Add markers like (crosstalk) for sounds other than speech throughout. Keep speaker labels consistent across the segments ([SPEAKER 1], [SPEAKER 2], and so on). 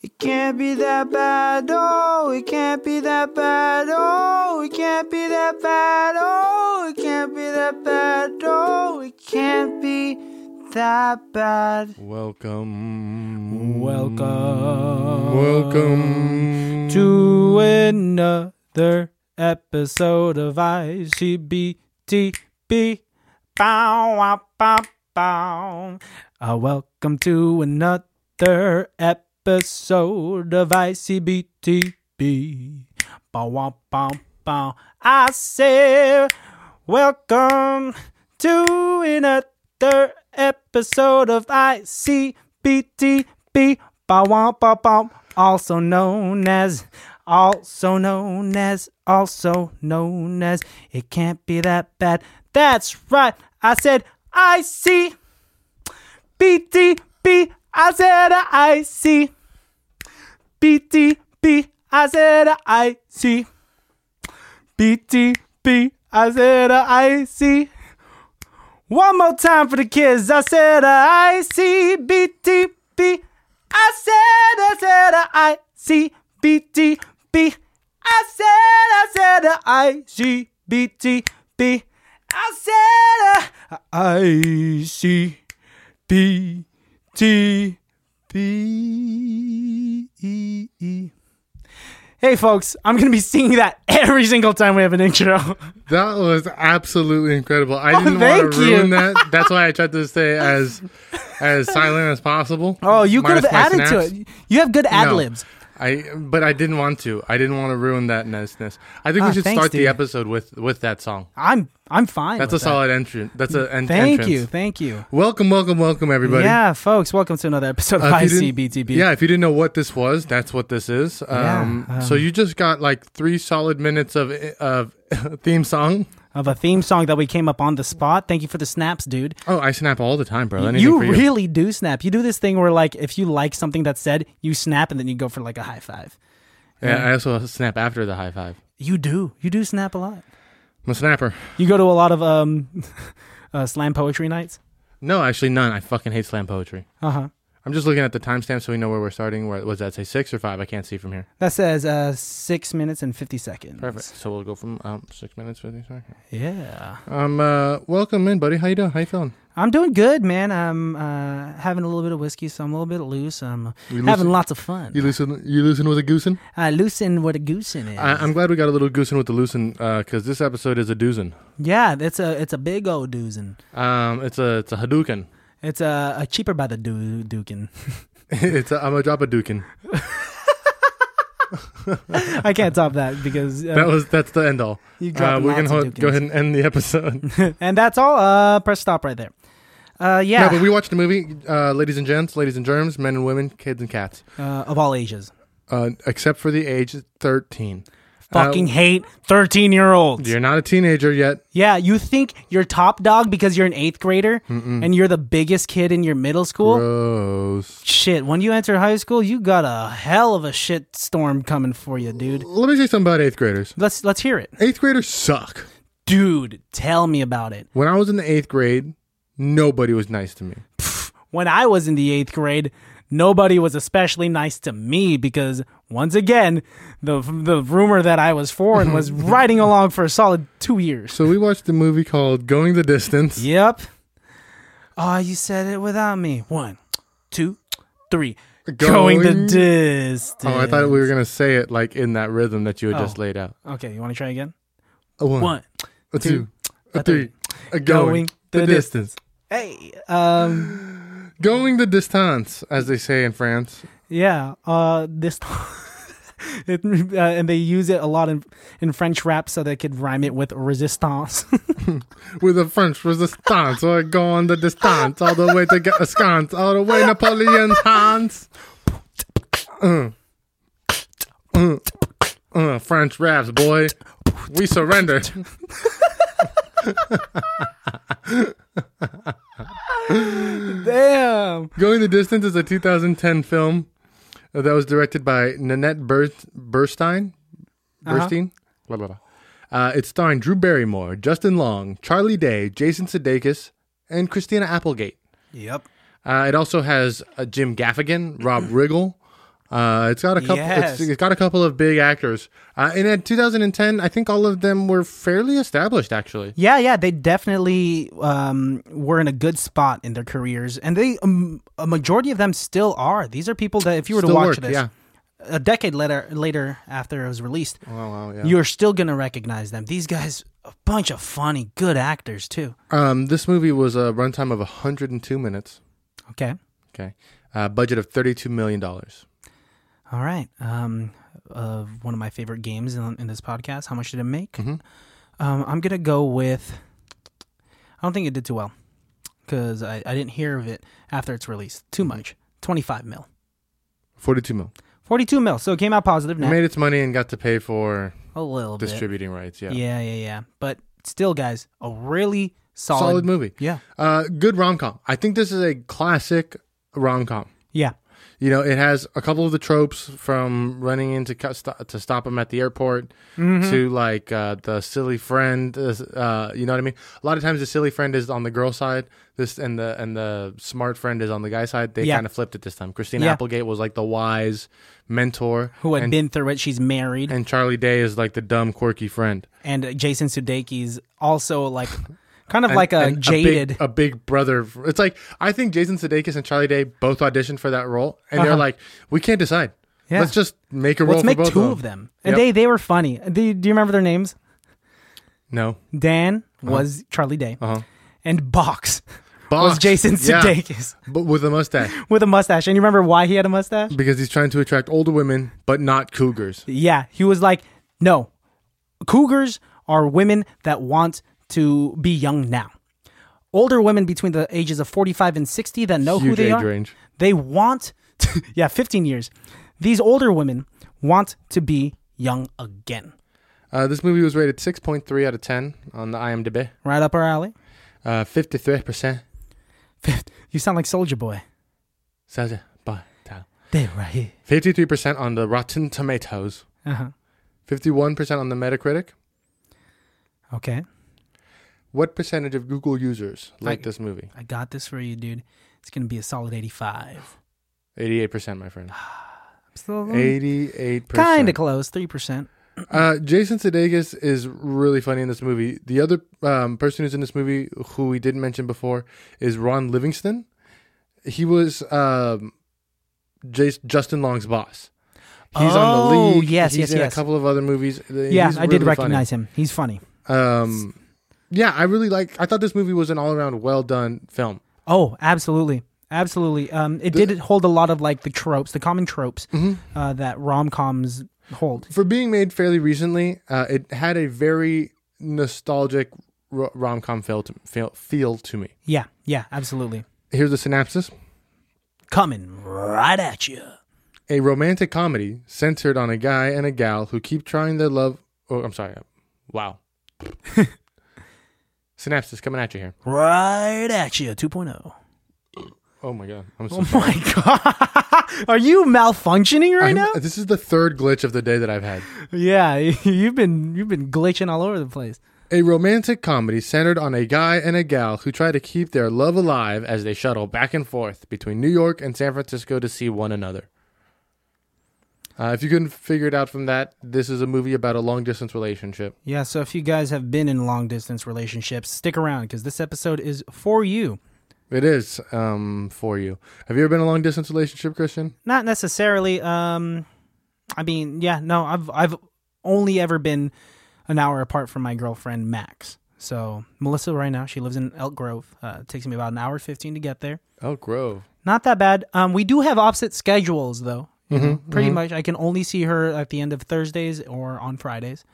[SPEAKER 1] It can't be that bad, oh, it can't be that bad, oh, it can't be that bad, oh, it can't be that bad, oh, it can't be that bad.
[SPEAKER 2] Welcome.
[SPEAKER 3] Welcome.
[SPEAKER 2] Welcome
[SPEAKER 3] to another episode of ICBTB. Bow, wow, bow, bow. Uh, welcome to another episode of ICBTB. Bow, wow, bow, bow. I say, welcome to another episode of ICBTB. Bow, wow, bow, bow. Also known as, also known as, also known as, it can't be that bad. That's right. I said, I see. BTB, I said I see. BTB, I said I see. BTB, I said I see. One more time for the kids. I said I see. BTB, I said I said I see. BTB, I said I said I see. BTB, I said I see. B T B E E. Hey, folks, I'm going to be singing that every single time we have an intro.
[SPEAKER 2] That was absolutely incredible. I didn't want
[SPEAKER 3] Oh, thank
[SPEAKER 2] to ruin
[SPEAKER 3] you.
[SPEAKER 2] that. That's why I tried to stay as as silent as possible.
[SPEAKER 3] (laughs) Oh, you could
[SPEAKER 2] minus
[SPEAKER 3] have
[SPEAKER 2] my
[SPEAKER 3] added to
[SPEAKER 2] snaps.
[SPEAKER 3] it. You have good ad
[SPEAKER 2] No.
[SPEAKER 3] libs.
[SPEAKER 2] I but I didn't want to. I didn't want to ruin that niceness. I think
[SPEAKER 3] Ah,
[SPEAKER 2] we should
[SPEAKER 3] thanks,
[SPEAKER 2] start the
[SPEAKER 3] dude.
[SPEAKER 2] episode with with that song.
[SPEAKER 3] I'm I'm fine.
[SPEAKER 2] That's a
[SPEAKER 3] with that.
[SPEAKER 2] solid entrance. That's a en-
[SPEAKER 3] Thank
[SPEAKER 2] entrance.
[SPEAKER 3] you, thank you.
[SPEAKER 2] Welcome, welcome, welcome, everybody.
[SPEAKER 3] Yeah, folks, welcome to another episode of
[SPEAKER 2] Uh, if you didn't-
[SPEAKER 3] ICBTB.
[SPEAKER 2] Yeah, if you didn't know what this was, that's what this is. Um,
[SPEAKER 3] Yeah, uh.
[SPEAKER 2] so you just got like three solid minutes of of (laughs) theme song.
[SPEAKER 3] of a theme song that we came up on the spot. Thank you for the snaps, dude.
[SPEAKER 2] Oh, I snap all the time, bro. Anything
[SPEAKER 3] You
[SPEAKER 2] for you.
[SPEAKER 3] really do snap. You do this thing where like if you like something that's said, you snap and then you go for like a high five.
[SPEAKER 2] yeah, I also snap after the high five.
[SPEAKER 3] You do. You do snap a lot.
[SPEAKER 2] I'm a snapper.
[SPEAKER 3] You go to a lot of um, (laughs) uh, slam poetry nights.
[SPEAKER 2] No, actually, none. I fucking hate slam poetry.
[SPEAKER 3] Uh huh.
[SPEAKER 2] I'm just looking at the timestamp so we know where we're starting. Where was that? Say six or five? I can't see from here.
[SPEAKER 3] That says uh, six minutes and fifty seconds.
[SPEAKER 2] Perfect. So we'll go from um, six minutes fifty. Sorry.
[SPEAKER 3] Yeah,
[SPEAKER 2] Um, uh, welcome in, buddy. How you doing? How you feeling?
[SPEAKER 3] I'm doing good, man. I'm uh, having a little bit of whiskey, so I'm a little bit loose. I'm
[SPEAKER 2] You
[SPEAKER 3] having
[SPEAKER 2] loosen-
[SPEAKER 3] lots of fun.
[SPEAKER 2] You loosen? You loosen with a goosin?
[SPEAKER 3] I loosen what a goose in is.
[SPEAKER 2] I, I'm glad we got a little goosin with the loosen because this episode is a doozin.
[SPEAKER 3] yeah, it's a it's a big old doozin.
[SPEAKER 2] Um, it's a it's a Hadouken.
[SPEAKER 3] It's a, a cheaper by the do- dukin.
[SPEAKER 2] (laughs) it's a, I'm gonna drop a Dukin.
[SPEAKER 3] I can't top that because uh,
[SPEAKER 2] That was that's the end all.
[SPEAKER 3] you
[SPEAKER 2] Uh,
[SPEAKER 3] dropped
[SPEAKER 2] we can
[SPEAKER 3] lots of
[SPEAKER 2] ho- go ahead and end the
[SPEAKER 3] (laughs)
[SPEAKER 2] episode.
[SPEAKER 3] Dukins. and that's all. Uh, press stop right there. Uh, yeah,
[SPEAKER 2] No, but we watched a movie, uh, ladies and gents, ladies and germs, men and women, kids and cats,
[SPEAKER 3] uh, of all ages.
[SPEAKER 2] uh, except for the age 13. Uh,
[SPEAKER 3] Fucking hate thirteen year olds.
[SPEAKER 2] You're not a teenager yet.
[SPEAKER 3] Yeah, you think you're top dog because you're an eighth grader and you're the biggest kid in your middle
[SPEAKER 2] Oh.
[SPEAKER 3] school.
[SPEAKER 2] Gross.
[SPEAKER 3] Shit, when you enter high school, you got a hell of a shit storm coming for you, dude.
[SPEAKER 2] Let me say something about eighth graders.
[SPEAKER 3] Let's let's hear it,
[SPEAKER 2] Eighth graders suck.
[SPEAKER 3] dude. Tell me about it.
[SPEAKER 2] When I was in the eighth grade, nobody was nice to me.
[SPEAKER 3] When I was in the eighth grade, nobody was especially nice to me because once again, the the rumor that I was foreign was riding along for a solid two years.
[SPEAKER 2] So we watched a movie called Going the Distance.
[SPEAKER 3] Yep. Ah, you said it without me. One, two, three. Going, the
[SPEAKER 2] Going-
[SPEAKER 3] distance.
[SPEAKER 2] Oh, I thought we were gonna say it like in that rhythm that you had just
[SPEAKER 3] Oh.
[SPEAKER 2] laid out.
[SPEAKER 3] Okay, you want to try again?
[SPEAKER 2] A one,
[SPEAKER 3] One.
[SPEAKER 2] a two, a
[SPEAKER 3] a
[SPEAKER 2] three,
[SPEAKER 3] three.
[SPEAKER 2] a going,
[SPEAKER 3] Going
[SPEAKER 2] the,
[SPEAKER 3] the
[SPEAKER 2] distance.
[SPEAKER 3] Hey. Um.
[SPEAKER 2] Going the distance, as they say in France.
[SPEAKER 3] Yeah, uh, this (laughs) it, uh, and they use it a lot in in French rap, so they could rhyme it with resistance. (laughs)
[SPEAKER 2] With the French resistance, we're going the distance, all the way to get a sconce, all the way Napoleon's hands. Uh, uh, uh, French raps, boy. We surrender.
[SPEAKER 3] Damn.
[SPEAKER 2] Going the Distance is a 2010 film uh, that was directed by Nanette Ber- Burstein.
[SPEAKER 3] Uh-huh.
[SPEAKER 2] Burstein? Blah, blah, blah. Uh, it's starring Drew Barrymore, Justin Long, Charlie Day, Jason Sudeikis, and Christina Applegate.
[SPEAKER 3] Yep. (clears throat)
[SPEAKER 2] Uh, it also has uh, Jim Gaffigan, Rob Riggle, Uh, it's got a couple.
[SPEAKER 3] Yes.
[SPEAKER 2] It's, it's got a couple of big actors. Uh, and in 2010, I think all of them were fairly established. Actually,
[SPEAKER 3] Yeah, yeah, they definitely um, were in a good spot in their careers, and they um, a majority of them still are. These are people that if you were to
[SPEAKER 2] Still
[SPEAKER 3] watch
[SPEAKER 2] work,
[SPEAKER 3] this
[SPEAKER 2] yeah.
[SPEAKER 3] a decade later, later after it was released,
[SPEAKER 2] wow, wow, yeah.
[SPEAKER 3] you're still gonna recognize them. These guys, a bunch of funny, good actors too.
[SPEAKER 2] Um, this movie was a runtime of 102 minutes.
[SPEAKER 3] Okay,
[SPEAKER 2] Okay, uh, budget of 32 million dollars.
[SPEAKER 3] all right. Um, uh, one of my favorite games in, in this podcast. How much did it make?
[SPEAKER 2] Mm-hmm.
[SPEAKER 3] Um, I'm gonna go with. I don't think it did too well, because I, I didn't hear of it after it's released. Too
[SPEAKER 2] Mm-hmm.
[SPEAKER 3] much. Twenty five mil.
[SPEAKER 2] 42 mil.
[SPEAKER 3] 42 mil. So it came out positive net.
[SPEAKER 2] Made its money and got to pay for
[SPEAKER 3] a little bit.
[SPEAKER 2] distributing rights. Yeah,
[SPEAKER 3] Yeah, yeah, yeah. But still, guys, a really solid,
[SPEAKER 2] solid movie.
[SPEAKER 3] Yeah.
[SPEAKER 2] Uh, good rom com. I think this is a classic rom com.
[SPEAKER 3] Yeah.
[SPEAKER 2] You know, it has a couple of the tropes from running into cu- st- to stop him at the airport
[SPEAKER 3] Mm-hmm.
[SPEAKER 2] to like uh, the silly friend. uh, Uh, you know what I mean? A lot of times the silly friend is on the girl side. This and the and the smart friend is on the guy side. They
[SPEAKER 3] Yeah.
[SPEAKER 2] kind of flipped it this time. Christina
[SPEAKER 3] Yeah.
[SPEAKER 2] Applegate was like the wise mentor,
[SPEAKER 3] Who had
[SPEAKER 2] and,
[SPEAKER 3] been through it. She's married. And,
[SPEAKER 2] and Charlie Day is like the dumb quirky friend.
[SPEAKER 3] uh, Jason Sudeikis also like kind of
[SPEAKER 2] And-
[SPEAKER 3] like a
[SPEAKER 2] and big-
[SPEAKER 3] jaded.
[SPEAKER 2] a big, brother. It's like I think Jason Sudeikis and Charlie Day both auditioned for that role, and they're like, we can't decide.
[SPEAKER 3] Uh-huh. Yeah.
[SPEAKER 2] Let's just make a role.
[SPEAKER 3] Let's
[SPEAKER 2] for
[SPEAKER 3] make
[SPEAKER 2] both
[SPEAKER 3] two
[SPEAKER 2] of
[SPEAKER 3] of them. And they, they were funny. Do you, do you remember their names?
[SPEAKER 2] No,
[SPEAKER 3] Dan was Charlie Day.
[SPEAKER 2] Uh-huh.
[SPEAKER 3] And Box, (laughs)
[SPEAKER 2] Boss
[SPEAKER 3] was Jason
[SPEAKER 2] yeah,
[SPEAKER 3] Sudeikis (laughs)
[SPEAKER 2] but with a mustache
[SPEAKER 3] with a mustache. And you remember why he had a mustache?
[SPEAKER 2] because he's trying to attract older women, but not cougars.
[SPEAKER 3] Yeah, he was like, no, cougars are women that want to be young now. Older women between the ages of 45 and 60 that know who
[SPEAKER 2] Huge
[SPEAKER 3] they
[SPEAKER 2] age
[SPEAKER 3] are,
[SPEAKER 2] range.
[SPEAKER 3] they want, to, (laughs) yeah, 15 years. These older women want to be young again.
[SPEAKER 2] Uh, this movie was rated six point three out of ten on the IMDb.
[SPEAKER 3] Right up our alley.
[SPEAKER 2] Uh, Fifty three percent.
[SPEAKER 3] You sound like Soldier Boy. They right here.
[SPEAKER 2] Fifty three uh, percent on the Rotten Tomatoes.
[SPEAKER 3] Uh-huh.
[SPEAKER 2] Fifty one percent on the Metacritic.
[SPEAKER 3] Okay,
[SPEAKER 2] What percentage of Google users like this movie?
[SPEAKER 3] I got this for you, dude. It's gonna be a solid 85.
[SPEAKER 2] Eighty-eight percent, my friend.
[SPEAKER 3] Still
[SPEAKER 2] Eighty-eight percent.
[SPEAKER 3] kind of close, three percent.
[SPEAKER 2] Uh, Jason Sudeikis is really funny in this movie. The other um, person who's in this movie, who we didn't mention before, is Ron Livingston. He was um, Jas Justin Long's boss. He's on the
[SPEAKER 3] Oh,
[SPEAKER 2] league.
[SPEAKER 3] yes,
[SPEAKER 2] He's
[SPEAKER 3] yes,
[SPEAKER 2] in
[SPEAKER 3] yes.
[SPEAKER 2] a couple of other movies. Uh,
[SPEAKER 3] Yeah, I did recognize him. He's funny.
[SPEAKER 2] Um, yeah, I really like. I thought this movie was an all-around well-done film.
[SPEAKER 3] Oh, absolutely, absolutely. Um, it did hold a lot of like the tropes, the common tropes
[SPEAKER 2] Mm-hmm.
[SPEAKER 3] uh, that rom coms hold.
[SPEAKER 2] for being made fairly recently, uh, it had a very nostalgic ro- rom-com feel to, feel, feel to me.
[SPEAKER 3] Yeah, yeah, absolutely.
[SPEAKER 2] Here's the synopsis.
[SPEAKER 3] Coming right at you.
[SPEAKER 2] A romantic comedy centered on a guy and a gal who keep trying their love. Oh, I'm sorry. Wow. (laughs) synopsis coming at you here.
[SPEAKER 3] Right at you, 2.0.
[SPEAKER 2] Oh my god. I'm so
[SPEAKER 3] Oh (laughs) my god, are you malfunctioning right
[SPEAKER 2] I'm-
[SPEAKER 3] (laughs) now?
[SPEAKER 2] This is the third glitch of the day that I've had.
[SPEAKER 3] Yeah, (laughs) you've been you've been glitching all over the place.
[SPEAKER 2] A romantic comedy centered on a guy and a gal who try to keep their love alive as they shuttle back and forth between New York and San Francisco to see one another. Uh, if you couldn't figure it out from that, this is a movie about a long distance relationship.
[SPEAKER 3] Yeah, so if you guys have been in long distance relationships, stick around because this episode is for you.
[SPEAKER 2] It is um, for you. Have you ever been in a long distance relationship, Christian?
[SPEAKER 3] not necessarily um i mean yeah no i've i've only ever been an hour apart from my girlfriend max so melissa right now she lives in elk grove uh, it takes me about an hour 15 to get there
[SPEAKER 2] Oh, Grove.
[SPEAKER 3] not that bad um we do have opposite schedules though
[SPEAKER 2] Mm-hmm,
[SPEAKER 3] you know, pretty much i can only see her at the end of thursdays or on fridays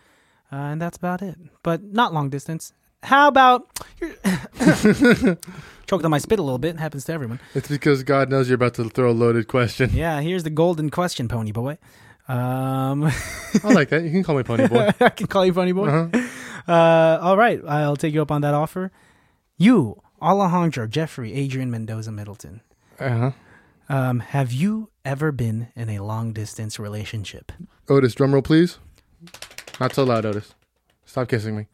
[SPEAKER 3] uh, and that's about it but not long distance how about choked on my spit a little bit happens to everyone
[SPEAKER 2] It's because God knows you're about to throw a loaded (laughs) question.
[SPEAKER 3] yeah here's the golden question pony boy um (laughs)
[SPEAKER 2] I like that. You can call me Pony Boy.
[SPEAKER 3] I can call you funny boy. uh all right, I'll take you up on that offer. You, Alejandro, Jeffrey, Adrian Mendoza Middleton,
[SPEAKER 2] (laughs) Uh-huh.
[SPEAKER 3] um, have you ever been in a long distance relationship?
[SPEAKER 2] Otis, drum roll, please. Not so loud, Otis. Stop kissing me.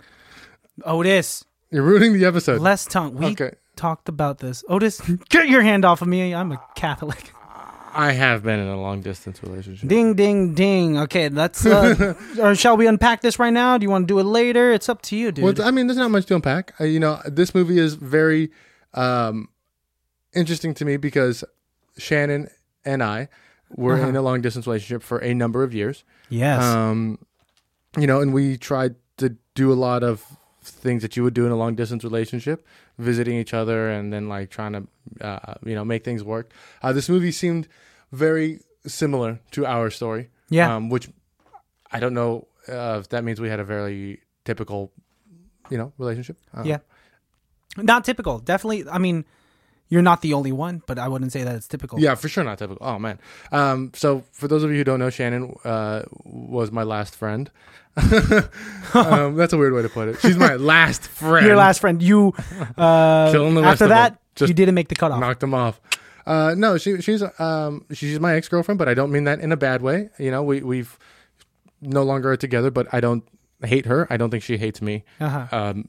[SPEAKER 3] Otis,
[SPEAKER 2] You're ruining the episode.
[SPEAKER 3] less tongue. We
[SPEAKER 2] Okay.
[SPEAKER 3] (laughs) talked about this. Otis, get your hand off of me. I'm a Catholic. (laughs)
[SPEAKER 4] I have been in a long distance relationship.
[SPEAKER 3] Ding, ding, ding. Okay, let's.
[SPEAKER 2] (laughs)
[SPEAKER 3] Uh, or shall we unpack this right now? Do you want to do it later? It's up to you, dude.
[SPEAKER 2] Well, I mean, there's not much to unpack. Uh, you know, this movie is very um, interesting to me because Shannon and I were
[SPEAKER 4] Uh-huh.
[SPEAKER 2] in a long distance relationship for a number of years.
[SPEAKER 3] yes.
[SPEAKER 2] Um, you know, and we tried to do a lot of things that you would do in a long distance relationship, visiting each other and then like trying to, uh, you know, make things work. Uh, this movie seemed very similar to our story.
[SPEAKER 3] Yeah.
[SPEAKER 2] Um, which I don't know uh, if that means we had a very typical, you know, relationship. Uh,
[SPEAKER 3] yeah. Not typical. Definitely. I mean, you're not the only one, but I wouldn't say that it's typical.
[SPEAKER 2] Yeah, for sure not typical. Oh man. Um, so for those of you who don't know, Shannon uh, was my last friend. (laughs) um, that's a weird way to put it. She's my last
[SPEAKER 3] (laughs)
[SPEAKER 2] friend.
[SPEAKER 3] Your last friend.
[SPEAKER 2] (laughs)
[SPEAKER 3] You. Uh,
[SPEAKER 2] Killing the rest
[SPEAKER 3] after
[SPEAKER 2] of
[SPEAKER 3] that,
[SPEAKER 2] them. Just
[SPEAKER 3] you didn't make the cutoff.
[SPEAKER 2] knocked him off. Uh, no, she, she's um, she's my ex girlfriend, but I don't mean that in a bad way. You know, we we've no longer are together, but I don't hate her. I don't think she hates me
[SPEAKER 3] Uh-huh.
[SPEAKER 2] um,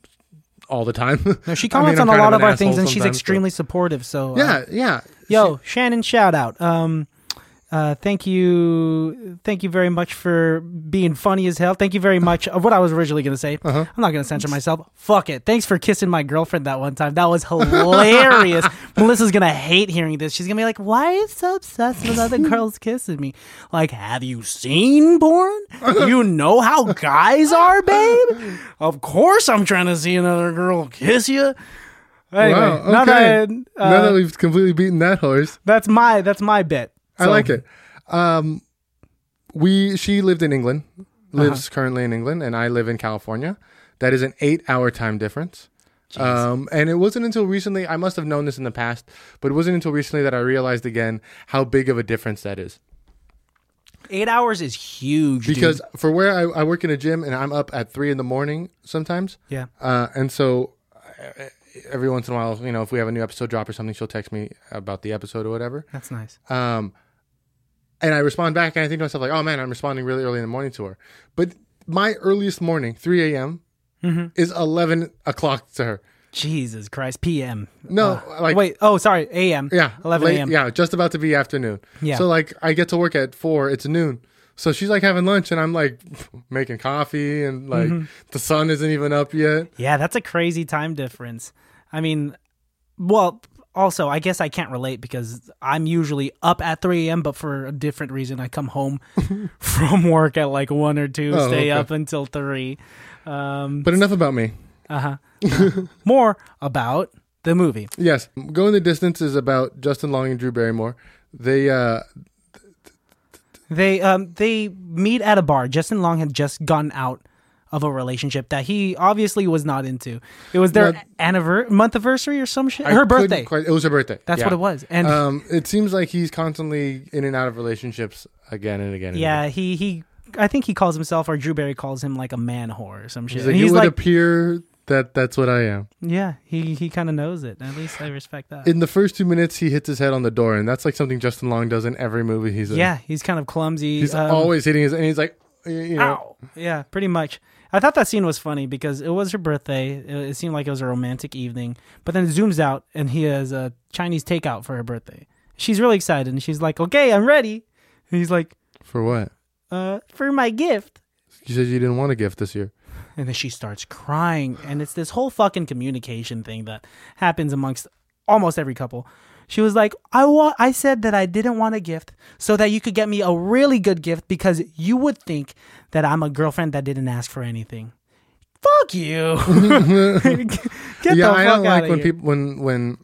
[SPEAKER 2] all the time. (laughs)
[SPEAKER 3] No, she
[SPEAKER 2] I mean,
[SPEAKER 3] comments
[SPEAKER 2] I'm
[SPEAKER 3] on a
[SPEAKER 2] kind
[SPEAKER 3] lot
[SPEAKER 2] an
[SPEAKER 3] of our things,
[SPEAKER 2] asshole
[SPEAKER 3] and she's
[SPEAKER 2] sometimes, but-
[SPEAKER 3] extremely supportive. So uh,
[SPEAKER 2] yeah, yeah.
[SPEAKER 3] yo, Shannon, shout out. Um, uh, thank you, thank you very much for being funny as hell. Thank you very much. Uh, what I was originally gonna say,
[SPEAKER 2] Uh-huh.
[SPEAKER 3] I'm not gonna censor myself. Fuck it. Thanks for kissing my girlfriend that one time. That was
[SPEAKER 2] (laughs)
[SPEAKER 3] hilarious. Melissa's gonna hate hearing this. She's gonna be like, "Why are you so obsessed with other girls kissing me? Like, have you seen
[SPEAKER 2] (laughs)
[SPEAKER 3] porn? You know how guys are, babe. Of course, I'm trying to see another girl kiss you." Anyway,
[SPEAKER 2] Wow,
[SPEAKER 3] now that,
[SPEAKER 2] okay.
[SPEAKER 3] I-
[SPEAKER 2] now
[SPEAKER 3] uh,
[SPEAKER 2] that we've completely beaten that horse,
[SPEAKER 3] that's my that's my bit.
[SPEAKER 2] I like it. Um, we she lived in England, lives currently in England, and I live in California. That is an eight-hour time difference. Um, and it wasn't until recently I must have known this in the past, but it wasn't until recently that I realized again how big of a difference that is.
[SPEAKER 3] Eight hours is huge dude.
[SPEAKER 2] Because for where I, I work in a gym and I'm up at three in the morning sometimes,
[SPEAKER 3] yeah,
[SPEAKER 2] uh, and so uh, every once in a while, you know, if we have a new episode drop or something, she'll text me about the episode or whatever.
[SPEAKER 3] that's nice.
[SPEAKER 2] Um, and I respond back, and I think to myself like, "Oh man, I'm responding really early in the morning to her." But my earliest morning, 3 a.m.,
[SPEAKER 3] Mm-hmm.
[SPEAKER 2] is 11 o'clock to her.
[SPEAKER 3] Jesus Christ, PM.
[SPEAKER 2] No, like
[SPEAKER 3] Wait, oh sorry, AM.
[SPEAKER 2] yeah,
[SPEAKER 3] 11
[SPEAKER 2] late-
[SPEAKER 3] a.m.
[SPEAKER 2] Yeah, just about to be afternoon.
[SPEAKER 3] Yeah.
[SPEAKER 2] So like, I get to work at four. It's noon. So she's like having lunch, and I'm like (laughs) making coffee, and like
[SPEAKER 3] Mm-hmm.
[SPEAKER 2] the sun isn't even up yet.
[SPEAKER 3] Yeah, that's a crazy time difference. I mean, well, also I guess I can't relate because I'm usually up at 3 a.m. But for a different reason, I come
[SPEAKER 2] (laughs)
[SPEAKER 3] home from work at like one or two,
[SPEAKER 2] Oh,
[SPEAKER 3] stay
[SPEAKER 2] okay.
[SPEAKER 3] up until three. Um,
[SPEAKER 2] But enough about me.
[SPEAKER 3] more about the movie.
[SPEAKER 2] Yes, going the distance is about Justin Long and Drew Barrymore. They uh,
[SPEAKER 3] They um they meet at a bar. Justin Long had just gotten out of a relationship that he obviously was not into. It was their
[SPEAKER 2] Now-
[SPEAKER 3] anniver- month anniversary or some shit.
[SPEAKER 2] I
[SPEAKER 3] Her
[SPEAKER 2] couldn't
[SPEAKER 3] birthday.
[SPEAKER 2] quite- it was her birthday.
[SPEAKER 3] That's
[SPEAKER 2] yeah.
[SPEAKER 3] what it was. (laughs) And
[SPEAKER 2] um, it seems like he's constantly in and out of relationships again and again. And
[SPEAKER 3] yeah,
[SPEAKER 2] again.
[SPEAKER 3] he he I think he calls himself or Drew Barry calls him like a man whore or some shit.
[SPEAKER 2] he's
[SPEAKER 3] And
[SPEAKER 2] like,
[SPEAKER 3] He's
[SPEAKER 2] it would
[SPEAKER 3] like,
[SPEAKER 2] appear that that's what I am.
[SPEAKER 3] yeah, he he kind of knows it. At least I respect that.
[SPEAKER 2] In the first two minutes, he hits his head on the door, and that's like something Justin Long does in every movie he's in.
[SPEAKER 3] yeah, he's kind of clumsy.
[SPEAKER 2] uh, he's
[SPEAKER 3] um,
[SPEAKER 2] always hitting his, and he's like, y- you know,
[SPEAKER 3] Ow. Yeah, pretty much. I thought that scene was funny because it was her birthday. It, it seemed like it was a romantic evening, but then it zooms out and he has a Chinese takeout for her birthday. She's really excited and she's like, "Okay, I'm ready." And he's like,
[SPEAKER 2] for what?
[SPEAKER 3] "Uh, for my gift."
[SPEAKER 2] You said you didn't want a gift this year.
[SPEAKER 3] And then she starts crying, and it's this whole fucking communication thing that happens amongst almost every couple. She was like, "I wa- I said that I didn't want a gift so that you could get me a really good gift because you would think that I'm a girlfriend that didn't ask for anything." Fuck
[SPEAKER 2] (laughs)
[SPEAKER 3] you. get
[SPEAKER 2] yeah,
[SPEAKER 3] the
[SPEAKER 2] I
[SPEAKER 3] fuck out
[SPEAKER 2] don't like
[SPEAKER 3] of
[SPEAKER 2] when
[SPEAKER 3] here.
[SPEAKER 2] people when when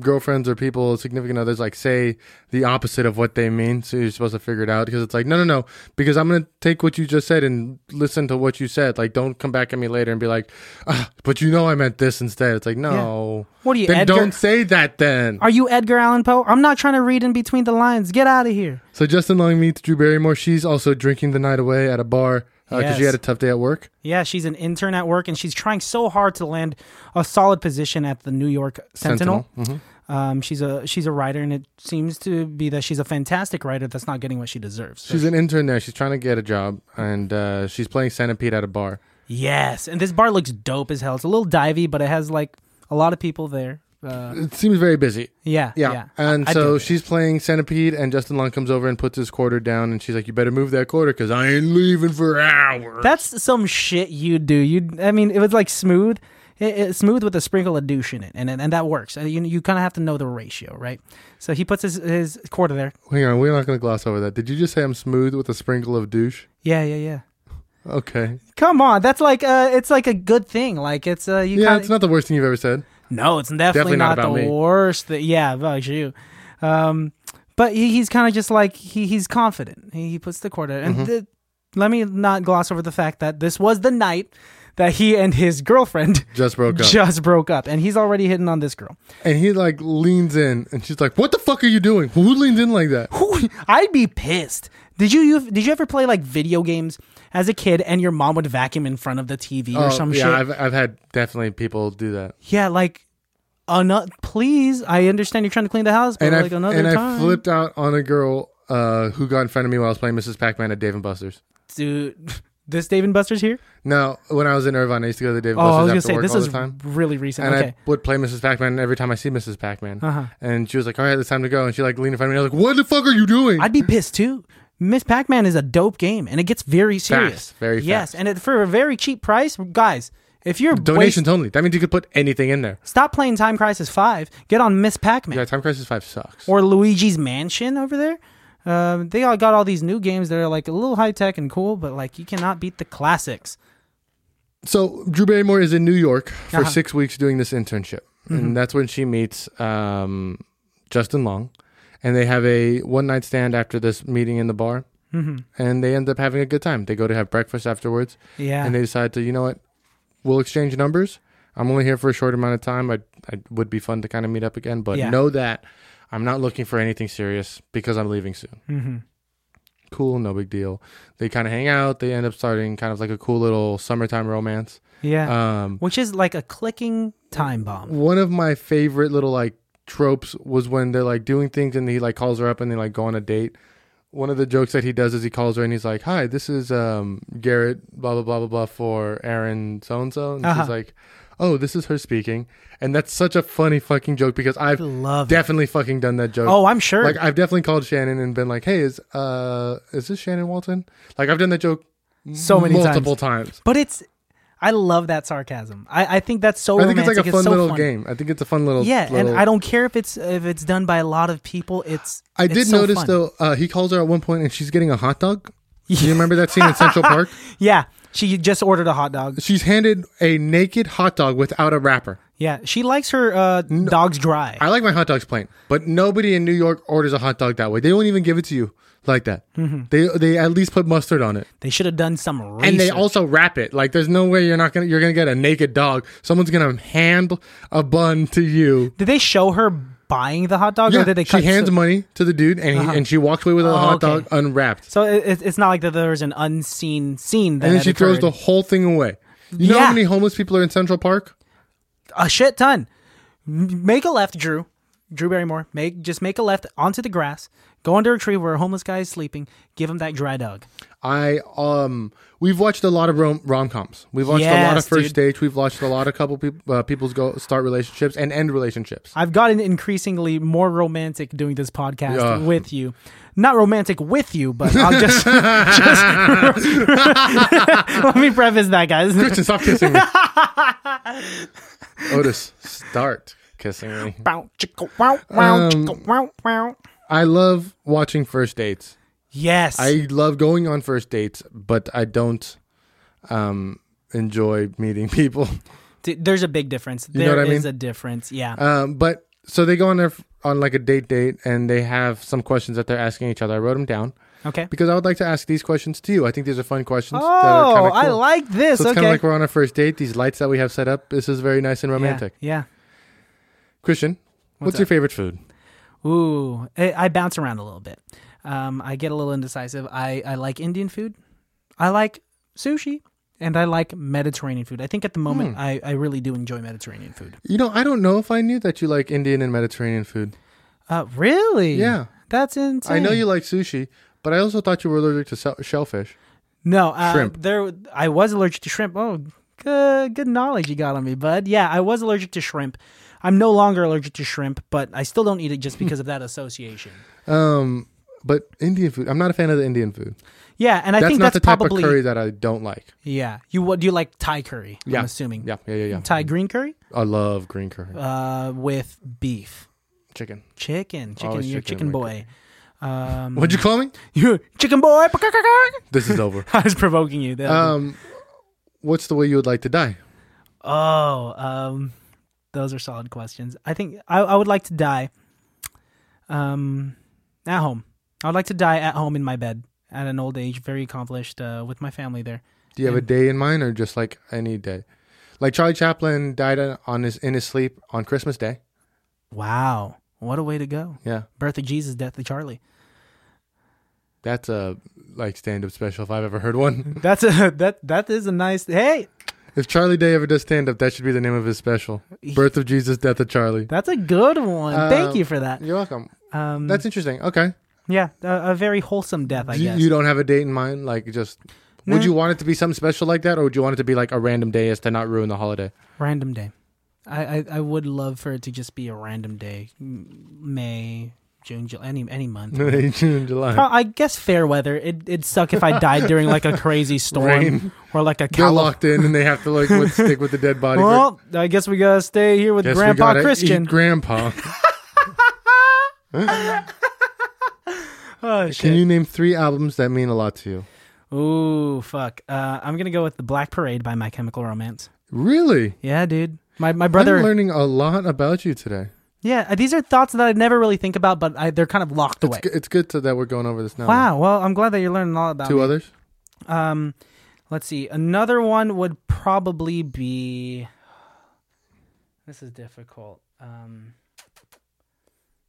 [SPEAKER 2] girlfriends or people significant others like say the opposite of what they mean so you're supposed to figure it out because it's like no no no because i'm gonna take what you just said and listen to what you said like don't come back at me later and be like ah, but you know i meant this instead it's like no
[SPEAKER 3] What are you,
[SPEAKER 2] then
[SPEAKER 3] Edgar?
[SPEAKER 2] don't say that then
[SPEAKER 3] Are you Edgar Allan Poe? I'm not trying to read in between the lines. Get out of here.
[SPEAKER 2] so justin long meets drew barrymore she's also drinking the night away at a bar because she
[SPEAKER 3] Yes.
[SPEAKER 2] had a tough day at work
[SPEAKER 3] Yeah, she's an intern at work, and she's trying so hard to land a solid position at the New York Sentinel.
[SPEAKER 2] Mm-hmm.
[SPEAKER 3] Um, she's a she's a writer, and it seems to be that she's a fantastic writer that's not getting what she deserves. So-
[SPEAKER 2] she's an intern there she's trying to get a job and uh, she's playing centipede at a bar
[SPEAKER 3] yes, and this bar looks dope as hell. It's a little divey, but it has like a lot of people there. Uh,
[SPEAKER 2] It seems very busy.
[SPEAKER 3] yeah,
[SPEAKER 2] Yeah.
[SPEAKER 3] yeah.
[SPEAKER 2] And
[SPEAKER 3] I- I
[SPEAKER 2] so
[SPEAKER 3] dig it.
[SPEAKER 2] she's playing Centipede, and Justin Long comes over and puts his quarter down, and she's like, You better move that quarter because I ain't leaving for hours.
[SPEAKER 3] That's some shit you do. You, I mean, it was like smooth, it, it- smooth with a sprinkle of douche in it, and and, and that works. And you you kind of have to know the ratio, right? So he puts his his quarter there.
[SPEAKER 2] Hang on, we're not going to gloss over that. Did you just say I'm smooth with a sprinkle of douche?
[SPEAKER 3] Yeah, yeah, yeah.
[SPEAKER 2] Okay.
[SPEAKER 3] Come on, that's like uh, it's like a good thing. Like it's uh, you.
[SPEAKER 2] Yeah,
[SPEAKER 3] kinda,
[SPEAKER 2] it's not the worst thing you've ever said.
[SPEAKER 3] No, it's definitely,
[SPEAKER 2] Definitely not
[SPEAKER 3] not,
[SPEAKER 2] about
[SPEAKER 3] the
[SPEAKER 2] me.
[SPEAKER 3] worst. That yeah, about you. Um, but he, he's kind of just like he he's confident. He, he puts the quarter. And
[SPEAKER 2] Mm-hmm.
[SPEAKER 3] the, let me not gloss over the fact that this was the night that he and his girlfriend
[SPEAKER 2] Just broke up.
[SPEAKER 3] just broke up, and he's already hitting on this girl.
[SPEAKER 2] and he like leans in, and she's like, What the fuck are you doing? Who leans in like that?
[SPEAKER 3] Whew, I'd be pissed. Did you, you did you ever play like video games as a kid, and your mom would vacuum in front of the TV (laughs) or
[SPEAKER 2] Oh,
[SPEAKER 3] some
[SPEAKER 2] yeah,
[SPEAKER 3] shit?
[SPEAKER 2] I've, I've had definitely people do that.
[SPEAKER 3] yeah, like. Another, please. I understand you're trying to clean the house, but
[SPEAKER 2] and
[SPEAKER 3] like
[SPEAKER 2] I
[SPEAKER 3] another
[SPEAKER 2] and
[SPEAKER 3] time,
[SPEAKER 2] I flipped out on a girl uh, who got in front of me while I was playing Mrs. Pac-Man at Dave and Buster's.
[SPEAKER 3] dude. (laughs) This Dave and Buster's here.
[SPEAKER 2] No, when I was in Irvine, I used to go to Dave and
[SPEAKER 3] Oh, I was
[SPEAKER 2] Buster's
[SPEAKER 3] gonna
[SPEAKER 2] after
[SPEAKER 3] say
[SPEAKER 2] work
[SPEAKER 3] this
[SPEAKER 2] all
[SPEAKER 3] is
[SPEAKER 2] the time.
[SPEAKER 3] really recent.
[SPEAKER 2] And
[SPEAKER 3] okay,
[SPEAKER 2] I would play Mrs. Pac-Man every time I see Mrs. Pac-Man.
[SPEAKER 3] Uh-huh.
[SPEAKER 2] And she was like, "All right, it's time to go." And she like leaned in front of me. And I was like, "What the fuck are you doing?"
[SPEAKER 3] I'd be pissed too. Miss Pac-Man is a dope game, and it gets very serious.
[SPEAKER 2] very
[SPEAKER 3] yes, and it, for a very cheap price, guys. If you're
[SPEAKER 2] Donations
[SPEAKER 3] waste,
[SPEAKER 2] only. That means you could put anything in there.
[SPEAKER 3] stop playing Time Crisis Five. Get on Miss Pac-Man
[SPEAKER 2] Yeah, Time Crisis Five sucks.
[SPEAKER 3] or Luigi's Mansion over there. Um, they all got all these new games that are like a little high tech and cool, but like you cannot beat the classics.
[SPEAKER 2] so Drew Barrymore is in New York for
[SPEAKER 3] Uh-huh.
[SPEAKER 2] six weeks doing this internship, and that's when she meets um, Justin Long, and they have a one night stand after this meeting in the bar, and they end up having a good time. They go to have breakfast afterwards,
[SPEAKER 3] Yeah,
[SPEAKER 2] and they decide to, you know what, we'll exchange numbers. I'm only here for a short amount of time. I, I would be fun to kind of meet up again, but
[SPEAKER 3] Yeah.
[SPEAKER 2] know that I'm not looking for anything serious because I'm leaving soon.
[SPEAKER 3] Mhm.
[SPEAKER 2] Cool, no big deal. They kind of hang out. They end up starting kind of like a cool little summertime romance.
[SPEAKER 3] yeah,
[SPEAKER 2] Um,
[SPEAKER 3] which is like a clicking time bomb.
[SPEAKER 2] one of my favorite little like tropes was when they're like doing things and he like calls her up and they like go on a date. One of the jokes that he does is he calls her and he's like, "Hi, this is um, Garrett, blah blah blah blah blah for Aaron so and so," and she's
[SPEAKER 3] Uh-huh.
[SPEAKER 2] like, "Oh, this is her speaking," and that's such a funny fucking joke because I've
[SPEAKER 3] Love. it.
[SPEAKER 2] definitely fucking done that joke.
[SPEAKER 3] Oh, I'm sure.
[SPEAKER 2] like I've definitely called Shannon and been like, "Hey, is uh is this Shannon Walton?" Like I've done that joke
[SPEAKER 3] so many times.
[SPEAKER 2] multiple times.
[SPEAKER 3] But it's, I love that sarcasm. I, I think that's so.
[SPEAKER 2] I think it's
[SPEAKER 3] Oh, romantic.
[SPEAKER 2] like a fun
[SPEAKER 3] so
[SPEAKER 2] little
[SPEAKER 3] fun.
[SPEAKER 2] game. I think it's a fun little
[SPEAKER 3] Yeah,
[SPEAKER 2] little-
[SPEAKER 3] and I don't care if it's if it's done by a lot of people. It's
[SPEAKER 2] I
[SPEAKER 3] it's
[SPEAKER 2] did
[SPEAKER 3] so
[SPEAKER 2] notice
[SPEAKER 3] fun.
[SPEAKER 2] though, uh, he calls her at one point and she's getting a hot dog. Do you remember that scene
[SPEAKER 3] (laughs)
[SPEAKER 2] in Central Park?
[SPEAKER 3] Yeah, she just ordered a hot dog.
[SPEAKER 2] She's handed a naked hot dog without a wrapper.
[SPEAKER 3] Yeah, she likes her uh, dogs dry.
[SPEAKER 2] I like my hot dogs plain, but nobody in New York orders a hot dog that way. They don't even give it to you like that.
[SPEAKER 3] Mm-hmm.
[SPEAKER 2] They they at least put mustard on it,
[SPEAKER 3] they should have done some research.
[SPEAKER 2] and they also wrap it. Like there's no way you're not gonna you're gonna get a naked dog. Someone's gonna hand a bun to you.
[SPEAKER 3] did they show her buying the hot dog, or
[SPEAKER 2] Yeah,
[SPEAKER 3] did they?
[SPEAKER 2] she
[SPEAKER 3] Cut
[SPEAKER 2] hands
[SPEAKER 3] so, Uh-huh. Oh,
[SPEAKER 2] money to the dude, and he, and she walks away with a hot
[SPEAKER 3] okay.
[SPEAKER 2] dog unwrapped.
[SPEAKER 3] so it, it- it's not like that. There was an unseen scene. That
[SPEAKER 2] and then
[SPEAKER 3] had
[SPEAKER 2] she throws the
[SPEAKER 3] occurred.
[SPEAKER 2] whole thing away. You know how
[SPEAKER 3] Yeah.
[SPEAKER 2] many homeless people are in Central Park?
[SPEAKER 3] a shit ton. M- Make a left, Drew. Drew Barrymore. Make just make a left onto the grass. Go under a tree where a homeless guy is sleeping. Give him that dry dog.
[SPEAKER 2] I um, we've watched a lot of rom rom coms. We've watched a lot of
[SPEAKER 3] Yes, dude.
[SPEAKER 2] first dates. We've watched a lot of couple people uh, people's go start relationships and end relationships.
[SPEAKER 3] (laughs) I've gotten increasingly more romantic doing this podcast
[SPEAKER 2] Yeah.
[SPEAKER 3] with you. Not romantic with you, but I'll
[SPEAKER 2] (laughs)
[SPEAKER 3] just, just (laughs) let me preface that, guys.
[SPEAKER 2] Kristen, stop
[SPEAKER 3] (laughs)
[SPEAKER 2] kissing me. Otis, start kissing me.
[SPEAKER 3] Bow, chicka, wow,
[SPEAKER 2] Um,
[SPEAKER 3] wow, chicka, wow, wow.
[SPEAKER 2] I love watching first dates.
[SPEAKER 3] Yes,
[SPEAKER 2] I love going on first dates, but I don't um enjoy meeting (laughs) people.
[SPEAKER 3] D- there's a big difference. There
[SPEAKER 2] know
[SPEAKER 3] is
[SPEAKER 2] what I mean?
[SPEAKER 3] a difference. Yeah,
[SPEAKER 2] Um, but so they go on their on like a date date, and they have some questions that they're asking each other. I wrote them down.
[SPEAKER 3] okay.
[SPEAKER 2] because I would like to ask these questions to you. I think these are fun questions. that are
[SPEAKER 3] Oh,
[SPEAKER 2] kinda
[SPEAKER 3] I
[SPEAKER 2] cool.
[SPEAKER 3] like this.
[SPEAKER 2] So it's kind
[SPEAKER 3] okay,
[SPEAKER 2] of like we're on our first date. These lights that we have set up. This is very nice and
[SPEAKER 3] Yeah,
[SPEAKER 2] romantic.
[SPEAKER 3] Yeah.
[SPEAKER 2] Christian, what's, your favorite food?
[SPEAKER 3] Ooh, I, I bounce around a little bit. Um, I get a little indecisive. I, I like Indian food. I like sushi. And I like Mediterranean food. I think at the moment
[SPEAKER 2] Hmm.
[SPEAKER 3] I, I really do enjoy Mediterranean food.
[SPEAKER 2] You know, I don't know if I knew that you like Indian and Mediterranean food.
[SPEAKER 3] Uh, really?
[SPEAKER 2] Yeah.
[SPEAKER 3] That's insane.
[SPEAKER 2] I know you like sushi, but I also thought you were allergic to se- shellfish.
[SPEAKER 3] No, uh,
[SPEAKER 2] Shrimp.
[SPEAKER 3] There, I was allergic to shrimp. Oh, good good knowledge you got on me, bud. Yeah, I was allergic to shrimp. I'm no longer allergic to shrimp, but I still don't eat it
[SPEAKER 2] (laughs)
[SPEAKER 3] just because of that association.
[SPEAKER 2] Um, but Indian food, I'm not a fan of the Indian food.
[SPEAKER 3] Yeah, and I
[SPEAKER 2] that's
[SPEAKER 3] think
[SPEAKER 2] not
[SPEAKER 3] that's
[SPEAKER 2] the type
[SPEAKER 3] probably
[SPEAKER 2] of curry that I don't like.
[SPEAKER 3] yeah. You what do you like Thai curry?
[SPEAKER 2] Yeah.
[SPEAKER 3] I'm assuming
[SPEAKER 2] Yeah, yeah, yeah, yeah.
[SPEAKER 3] Thai green curry
[SPEAKER 2] I love green curry,
[SPEAKER 3] uh, with beef,
[SPEAKER 2] chicken.
[SPEAKER 3] chicken, chicken.
[SPEAKER 2] Always
[SPEAKER 3] you're
[SPEAKER 2] chicken
[SPEAKER 3] chicken
[SPEAKER 2] with
[SPEAKER 3] boy. Um,
[SPEAKER 2] What'd you
[SPEAKER 3] (laughs)
[SPEAKER 2] call me?
[SPEAKER 3] you chicken boy?
[SPEAKER 2] This is over.
[SPEAKER 3] (laughs) I was provoking you. There.
[SPEAKER 2] um, what's the way you would like to die?
[SPEAKER 3] Oh, um, those are solid questions. I think I, I would like to die um, at home. I would like to die at home in my bed at an old age, very accomplished uh, with my family there.
[SPEAKER 2] Do you have a day in mind, or just like any day? Like Charlie Chaplin died on his in his sleep on Christmas Day.
[SPEAKER 3] Wow. What a way to go.
[SPEAKER 2] Yeah,
[SPEAKER 3] Birth of Jesus, death of Charlie.
[SPEAKER 2] that's a like stand up special if I've ever heard one. (laughs)
[SPEAKER 3] That's a (laughs) that that is a nice hey,
[SPEAKER 2] if Charlie Day ever does stand up, that should be the name of his special: Birth of Jesus, Death of Charlie.
[SPEAKER 3] that's a good one. Thank
[SPEAKER 2] Um,
[SPEAKER 3] you for that.
[SPEAKER 2] You're welcome.
[SPEAKER 3] Um
[SPEAKER 2] That's interesting. Okay,
[SPEAKER 3] yeah, a, a very wholesome death, I
[SPEAKER 2] you,
[SPEAKER 3] guess.
[SPEAKER 2] you don't have a date in mind, like just. Would
[SPEAKER 3] Nah.
[SPEAKER 2] you want it to be something special like that, or would you want it to be like a random day as to not ruin
[SPEAKER 3] (laughs)
[SPEAKER 2] the holiday? (laughs)
[SPEAKER 3] Random day. I, I I would love for it to just be a random day. M- May, June, July, any any
[SPEAKER 2] (laughs)
[SPEAKER 3] month.
[SPEAKER 2] June, July.
[SPEAKER 3] Pro- I guess fair weather. It, it'd suck if I died during like a
[SPEAKER 2] (laughs)
[SPEAKER 3] crazy storm
[SPEAKER 2] Rain.
[SPEAKER 3] or like a
[SPEAKER 2] They're
[SPEAKER 3] Cali-
[SPEAKER 2] locked in and they have to like with, stick with the dead body. for-
[SPEAKER 3] Well, I guess we gotta stay here with
[SPEAKER 2] Guess we gotta
[SPEAKER 3] Grandpa
[SPEAKER 2] eat
[SPEAKER 3] Christian.
[SPEAKER 2] Grandpa,
[SPEAKER 3] (laughs)
[SPEAKER 2] (laughs)
[SPEAKER 3] oh
[SPEAKER 2] can
[SPEAKER 3] shit!
[SPEAKER 2] you name three albums that mean a lot to you?
[SPEAKER 3] Ooh, fuck. Uh, I'm gonna go with the Black Parade by My Chemical Romance.
[SPEAKER 2] Really?
[SPEAKER 3] Yeah, dude. My my
[SPEAKER 2] I'm
[SPEAKER 3] brother.
[SPEAKER 2] learning a lot about you today.
[SPEAKER 3] Yeah, uh, these are thoughts that I never really think about, but I, they're kind of locked away.
[SPEAKER 2] G- It's good to, that we're going over this now.
[SPEAKER 3] Wow. Well, I'm glad that you're learning all about
[SPEAKER 2] Two
[SPEAKER 3] me.
[SPEAKER 2] others?
[SPEAKER 3] Um, let's see. Another one would probably be. This is difficult. Um,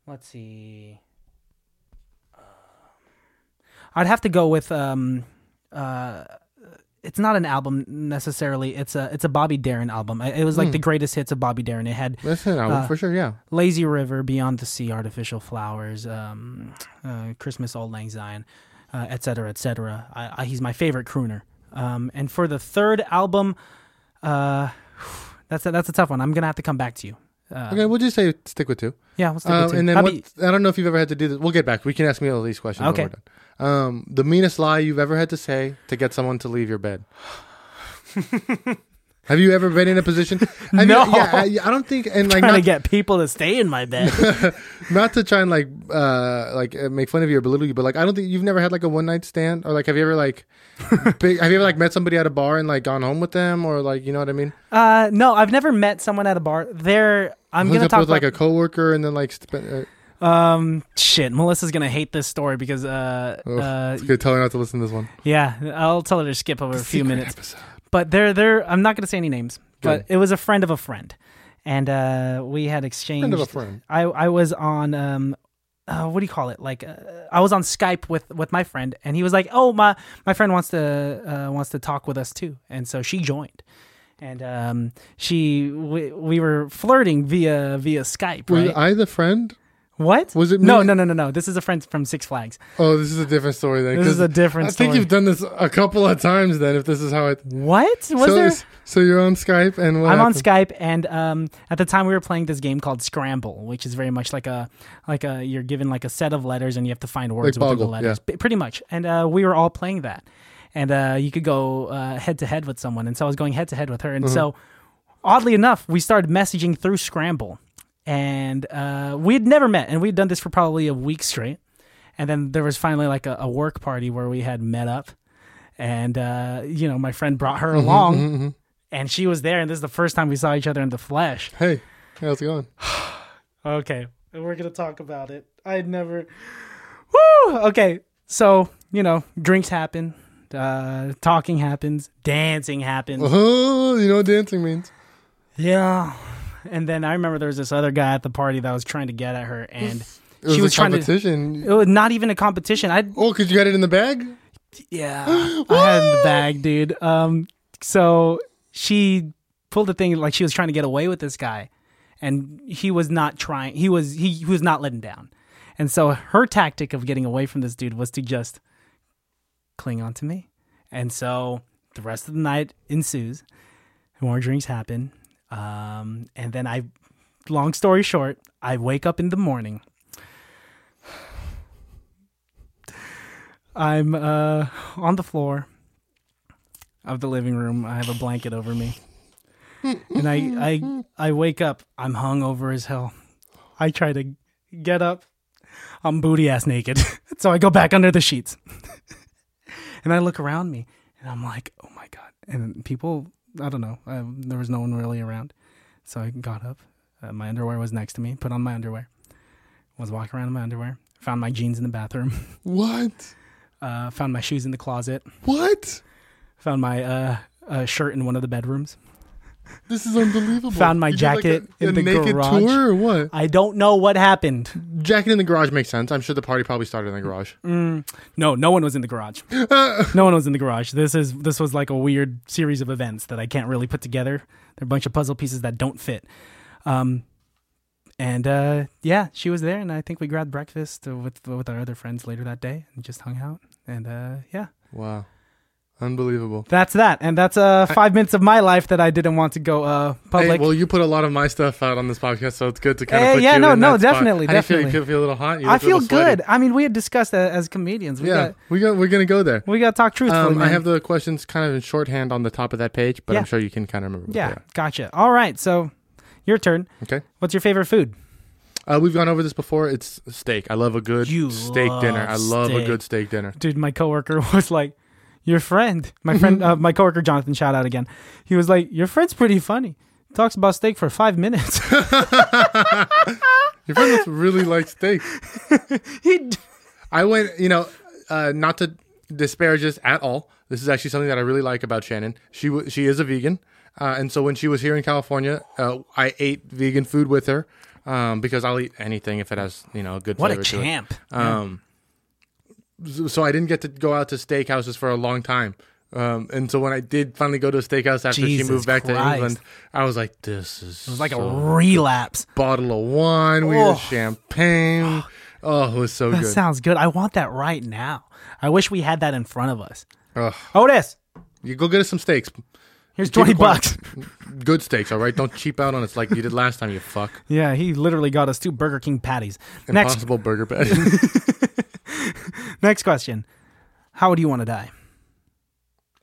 [SPEAKER 3] let's see. Um, I'd have to go with um, uh, it's not an album necessarily. It's a it's a Bobby Darin album. I- It was like the greatest hits of Bobby Darin. It had
[SPEAKER 2] That's an album
[SPEAKER 3] Uh,
[SPEAKER 2] for sure. Yeah.
[SPEAKER 3] Lazy River, Beyond the Sea, Artificial Flowers, um, uh, Christmas Old Lang Syne, uh, et cetera, et cetera. I, I, he's my favorite crooner. Um, and for the third album, uh, that's a, that's a tough one. I'm gonna have to come back to you. Uh,
[SPEAKER 2] Okay, we'll just say stick with two.
[SPEAKER 3] Yeah, let's stick
[SPEAKER 2] Um,
[SPEAKER 3] with two.
[SPEAKER 2] and then
[SPEAKER 3] That'd
[SPEAKER 2] what,
[SPEAKER 3] be-
[SPEAKER 2] I don't know if you've ever had to do this. We'll get back. We can ask me all these questions. when
[SPEAKER 3] Okay.
[SPEAKER 2] we're done. Um, the meanest lie you've ever had to say to get someone to leave
[SPEAKER 3] (laughs)
[SPEAKER 2] your bed. Have you ever been in
[SPEAKER 3] (laughs)
[SPEAKER 2] a position? Have you-
[SPEAKER 3] No.
[SPEAKER 2] yeah, I, I don't think, and like
[SPEAKER 3] trying
[SPEAKER 2] not
[SPEAKER 3] to get people to stay in my
[SPEAKER 2] (laughs)
[SPEAKER 3] bed.
[SPEAKER 2] not to try and like uh like uh, make fun of you or belittle you, but like I don't think you've never had like a one night stand or like have you
[SPEAKER 3] (laughs)
[SPEAKER 2] ever like big, have you ever like met somebody at a bar and like gone home with them or like you know what I mean?
[SPEAKER 3] uh, no, I've never met someone at a bar. They're I'm
[SPEAKER 2] Hooked
[SPEAKER 3] gonna
[SPEAKER 2] up
[SPEAKER 3] talk
[SPEAKER 2] with like
[SPEAKER 3] about
[SPEAKER 2] a coworker and then like sp- uh,
[SPEAKER 3] um shit. Melissa's gonna hate this story because uh,
[SPEAKER 2] oh,
[SPEAKER 3] uh
[SPEAKER 2] it's good. Tell her not to listen to this one.
[SPEAKER 3] yeah, I'll tell her to skip over a few
[SPEAKER 2] Secret
[SPEAKER 3] minutes.
[SPEAKER 2] episode.
[SPEAKER 3] but they're they're I'm not gonna say any names, but
[SPEAKER 2] Good.
[SPEAKER 3] it was a friend of a friend, and uh, we had exchanged.
[SPEAKER 2] Friend of a friend.
[SPEAKER 3] I I was on um. Uh, what do you call it? Like, uh, I was on Skype with with my friend, and he was like, "Oh, my my friend wants to uh, wants to talk with us too," and so she joined, and um, she we, we were flirting via via Skype,
[SPEAKER 2] Was
[SPEAKER 3] right?
[SPEAKER 2] I the friend?
[SPEAKER 3] what
[SPEAKER 2] was it
[SPEAKER 3] No,
[SPEAKER 2] me?
[SPEAKER 3] no, no, no, no. This is a friend from Six Flags.
[SPEAKER 2] Oh, this is a different story then.
[SPEAKER 3] This
[SPEAKER 2] 'cause
[SPEAKER 3] is a different
[SPEAKER 2] I think
[SPEAKER 3] story.
[SPEAKER 2] you've done this a couple of times then. If this is how it
[SPEAKER 3] What was
[SPEAKER 2] so,
[SPEAKER 3] there?
[SPEAKER 2] it's- so you're on Skype and what
[SPEAKER 3] I'm on
[SPEAKER 2] happened?
[SPEAKER 3] Skype, and um, at the time we were playing this game called Scramble, which is very much like a like a you're given like a set of letters and you have to find words within
[SPEAKER 2] Boggle,
[SPEAKER 3] the letters, P- pretty much. And uh, we were all playing that, and uh, you could go uh, head to head with someone. And so I was going head to head with her, and so oddly enough, we started messaging through Scramble, and uh, we had never met, and we'd done this for probably a week straight. And then there was finally like a, a work party where we had met up, and uh, you know my friend brought her along
[SPEAKER 2] Mm-hmm,
[SPEAKER 3] and she was there, and this is the first time we saw each other in the flesh.
[SPEAKER 2] Hey, how's it going?
[SPEAKER 3] Okay, and we're gonna talk about it. I'd never. Woo! Okay, so you know, drinks happen, uh, talking happens, dancing happens.
[SPEAKER 2] Oh, you know what dancing means.
[SPEAKER 3] yeah, and then I remember there was this other guy at the party that was trying to get at her, and
[SPEAKER 2] It was
[SPEAKER 3] she
[SPEAKER 2] a
[SPEAKER 3] was trying to.
[SPEAKER 2] competition.
[SPEAKER 3] It was not even a competition. I
[SPEAKER 2] Oh, because you got it in the bag?
[SPEAKER 3] Yeah. I had it in the bag, dude. Um so she pulled the thing like she was trying to get away with this guy and he was not trying he was he, he was not letting down. And so her tactic of getting away from this dude was to just cling on to me. And so the rest of the night ensues. More drinks happen. Um, and then I, long story short, I wake up in the morning. (sighs) I'm uh, on the floor of the living room. I have a blanket over me. And I, I, I wake up. I'm hungover as hell. I try to get up. I'm booty ass naked. (laughs) so I go back under the sheets. (laughs) and I look around me and I'm like, oh my God. And people, I don't know, I, there was no one really around. So I got up. Uh, my underwear was next to me, put on my underwear, was walking around in my underwear, found my jeans in the bathroom, (laughs)
[SPEAKER 2] What?
[SPEAKER 3] uh, found my shoes in the closet,
[SPEAKER 2] What?
[SPEAKER 3] found my uh, uh, shirt in one of the bedrooms.
[SPEAKER 2] This is unbelievable.
[SPEAKER 3] Found my
[SPEAKER 2] You did like
[SPEAKER 3] jacket
[SPEAKER 2] a, a
[SPEAKER 3] in the
[SPEAKER 2] naked
[SPEAKER 3] garage.
[SPEAKER 2] tour or what?
[SPEAKER 3] I don't know what happened.
[SPEAKER 2] Jacket in the garage makes sense. I'm sure the party probably started in the garage. Mm.
[SPEAKER 3] No, no one was in the
[SPEAKER 2] (laughs)
[SPEAKER 3] garage. no one was in the garage. This is this was like a weird series of events that I can't really put together. They're a bunch of puzzle pieces that don't fit. Um, and uh, yeah, she was there, and I think we grabbed breakfast uh, with with our other friends later that day and just hung out. And uh, yeah,
[SPEAKER 2] Wow. Unbelievable.
[SPEAKER 3] that's that. And that's uh five minutes of my life that I didn't want to go uh
[SPEAKER 2] Hey,
[SPEAKER 3] public.
[SPEAKER 2] well, you put a lot of my stuff out on this podcast, so it's good to kind of
[SPEAKER 3] Hey,
[SPEAKER 2] put
[SPEAKER 3] yeah,
[SPEAKER 2] you
[SPEAKER 3] no,
[SPEAKER 2] in
[SPEAKER 3] no,
[SPEAKER 2] that spot.
[SPEAKER 3] definitely,
[SPEAKER 2] How do you feel? You
[SPEAKER 3] definitely.
[SPEAKER 2] feel, feel a little hot. You
[SPEAKER 3] I
[SPEAKER 2] look a
[SPEAKER 3] feel
[SPEAKER 2] little sweaty.
[SPEAKER 3] good. I mean, we had discussed that as comedians. We
[SPEAKER 2] Yeah,
[SPEAKER 3] got
[SPEAKER 2] we got, we're gonna go there.
[SPEAKER 3] we got to talk truthfully.
[SPEAKER 2] Um, I
[SPEAKER 3] man.
[SPEAKER 2] have the questions kind of in shorthand on the top of that page, but
[SPEAKER 3] Yeah.
[SPEAKER 2] I'm sure you can kind of remember. what
[SPEAKER 3] yeah,
[SPEAKER 2] they are.
[SPEAKER 3] gotcha. All right, so your turn.
[SPEAKER 2] Okay.
[SPEAKER 3] What's your favorite food?
[SPEAKER 2] Uh, we've gone over this before. It's steak. I love a good
[SPEAKER 3] You
[SPEAKER 2] steak dinner.
[SPEAKER 3] love
[SPEAKER 2] I love
[SPEAKER 3] steak.
[SPEAKER 2] a good steak dinner.
[SPEAKER 3] dude, my coworker (laughs) was like, "Your friend, my
[SPEAKER 2] (laughs)
[SPEAKER 3] friend, uh, my coworker Jonathan, shout out again." He was like, "Your friend's pretty funny. Talks about steak for five
[SPEAKER 2] (laughs)
[SPEAKER 3] minutes.
[SPEAKER 2] Your friend looks really like steak.
[SPEAKER 3] (laughs) he, d-
[SPEAKER 2] I went, you know, uh, not to disparage this at all. This is actually something that I really like about Shannon. She w- she is a vegan, uh, and so when she was here in California, uh, I ate vegan food with her um, because I'll eat anything if it has you know a good.
[SPEAKER 3] what a
[SPEAKER 2] flavor to it.
[SPEAKER 3] champ!
[SPEAKER 2] Um, so- so I didn't get to go out to steakhouses for a long time. Um, and so when I did finally go to a steakhouse after
[SPEAKER 3] Jesus
[SPEAKER 2] she moved back to
[SPEAKER 3] Christ.
[SPEAKER 2] England, I was like, "This is
[SPEAKER 3] It was like a relapse.
[SPEAKER 2] bottle of wine. We had
[SPEAKER 3] Oh.
[SPEAKER 2] champagne. Oh, it was so
[SPEAKER 3] That
[SPEAKER 2] good.
[SPEAKER 3] sounds good. I want that right now. I wish we had that in front of us.
[SPEAKER 2] Ugh.
[SPEAKER 3] Otis,
[SPEAKER 2] You go get us some steaks.
[SPEAKER 3] Oh, here's
[SPEAKER 2] Keep
[SPEAKER 3] twenty
[SPEAKER 2] it quiet.
[SPEAKER 3] bucks. (laughs)
[SPEAKER 2] Good steaks, all right? Don't cheap out on us like you did last time, you fuck.
[SPEAKER 3] yeah, he literally got us two Burger King patties. (laughs) Next,
[SPEAKER 2] Impossible burger bed.
[SPEAKER 3] next question. How would you want to die?
[SPEAKER 2] (laughs)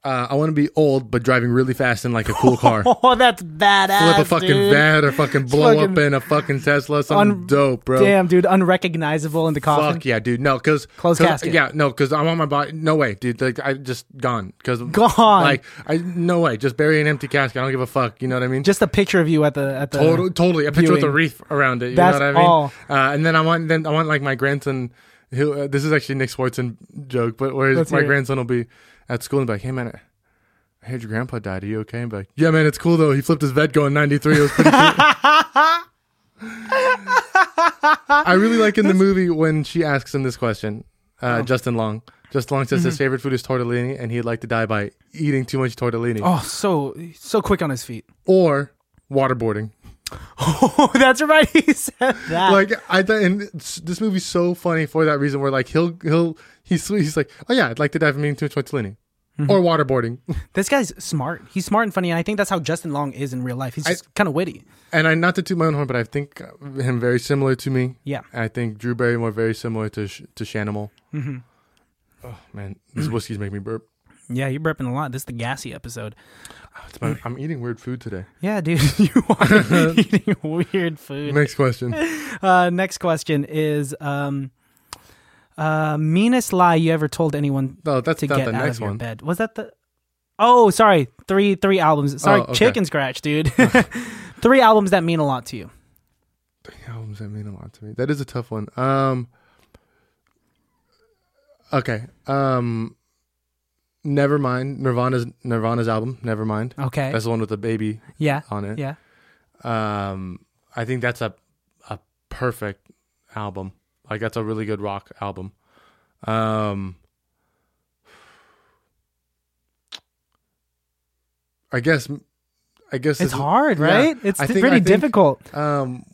[SPEAKER 2] uh, I want to be old, but driving really fast in like a cool
[SPEAKER 3] (laughs)
[SPEAKER 2] car. Flip
[SPEAKER 3] Oh, that's badass.
[SPEAKER 2] a fucking
[SPEAKER 3] dude.
[SPEAKER 2] van or fucking blow
[SPEAKER 3] fucking-
[SPEAKER 2] up in a fucking Tesla. Something
[SPEAKER 3] Un-
[SPEAKER 2] dope, bro.
[SPEAKER 3] Damn, dude, unrecognizable in the coffin.
[SPEAKER 2] Fuck yeah, dude. No, because
[SPEAKER 3] Closed casket.
[SPEAKER 2] Yeah, no, because I want my body. No way, dude. Like I just gone. Because
[SPEAKER 3] Gone.
[SPEAKER 2] Like I no way. Just bury an empty casket. I don't give a fuck. You know what I mean?
[SPEAKER 3] just a picture of you at the at the
[SPEAKER 2] Total, totally. A picture with a
[SPEAKER 3] Uh, viewing.
[SPEAKER 2] wreath around it. You
[SPEAKER 3] That's
[SPEAKER 2] know what I mean?
[SPEAKER 3] all.
[SPEAKER 2] Uh, and then I want, then I want like my grandson. Who uh, this is actually Nick Swartzen joke, but where
[SPEAKER 3] Let's
[SPEAKER 2] my
[SPEAKER 3] hear it.
[SPEAKER 2] grandson will be at school and be like, "Hey man, I heard your grandpa died. Are you okay?" And be like, "Yeah man, it's cool though. He flipped his Vetco in '93. It was pretty cool."
[SPEAKER 3] (laughs)
[SPEAKER 2] I really like in the movie when she asks him this question.
[SPEAKER 3] Oh.
[SPEAKER 2] Uh, Justin Long. Justin Long says his
[SPEAKER 3] Mm-hmm.
[SPEAKER 2] favorite food is tortellini, and he'd like to die by eating too much tortellini
[SPEAKER 3] Oh, so so quick on his feet. (laughs)
[SPEAKER 2] or waterboarding.
[SPEAKER 3] Oh, that's right. He said that.
[SPEAKER 2] like I thought, and it's- this movie's so funny for that reason. Where like he'll he'll he's he's like, oh yeah, I'd like to dive from eating too much tortellini
[SPEAKER 3] Mm-hmm.
[SPEAKER 2] or waterboarding,
[SPEAKER 3] this guy's smart. He's smart and funny, and I think that's how Justin Long is in real life. He's just kind of witty.
[SPEAKER 2] and I not to toot my own horn, but I think him very similar to me.
[SPEAKER 3] Yeah.
[SPEAKER 2] I think Drew Barrymore very similar to Sh- to Shanimal. Mm-hmm. Oh man,
[SPEAKER 3] (clears throat)
[SPEAKER 2] these whiskeys make me burp.
[SPEAKER 3] Yeah, you're burping a lot. This is the gassy episode.
[SPEAKER 2] It's my- I'm eating weird food today.
[SPEAKER 3] Yeah, dude, (laughs) you are
[SPEAKER 2] (laughs)
[SPEAKER 3] eating weird food.
[SPEAKER 2] Next
[SPEAKER 3] (laughs)
[SPEAKER 2] question.
[SPEAKER 3] Uh, next question is um, uh, meanest lie you ever told anyone
[SPEAKER 2] No, that's
[SPEAKER 3] to
[SPEAKER 2] not
[SPEAKER 3] get
[SPEAKER 2] the
[SPEAKER 3] out
[SPEAKER 2] next
[SPEAKER 3] of your
[SPEAKER 2] one.
[SPEAKER 3] bed. Was that the? Oh, sorry, three three albums. Sorry,
[SPEAKER 2] Oh, okay.
[SPEAKER 3] chicken scratch,
[SPEAKER 2] (laughs)
[SPEAKER 3] dude. (laughs) three albums that mean a lot to you.
[SPEAKER 2] albums that mean a lot to me. That is a tough one. Um Okay. Um Never mind. Nirvana's Nirvana's album, Never mind.
[SPEAKER 3] Okay.
[SPEAKER 2] That's the one with the baby
[SPEAKER 3] yeah.
[SPEAKER 2] on it.
[SPEAKER 3] Yeah.
[SPEAKER 2] Um I think that's a a perfect album. Like that's a really good rock album. Um I guess I guess
[SPEAKER 3] It's
[SPEAKER 2] this is-
[SPEAKER 3] hard,
[SPEAKER 2] yeah.
[SPEAKER 3] right? It's
[SPEAKER 2] I
[SPEAKER 3] d-
[SPEAKER 2] think-
[SPEAKER 3] pretty
[SPEAKER 2] I think-
[SPEAKER 3] difficult.
[SPEAKER 2] um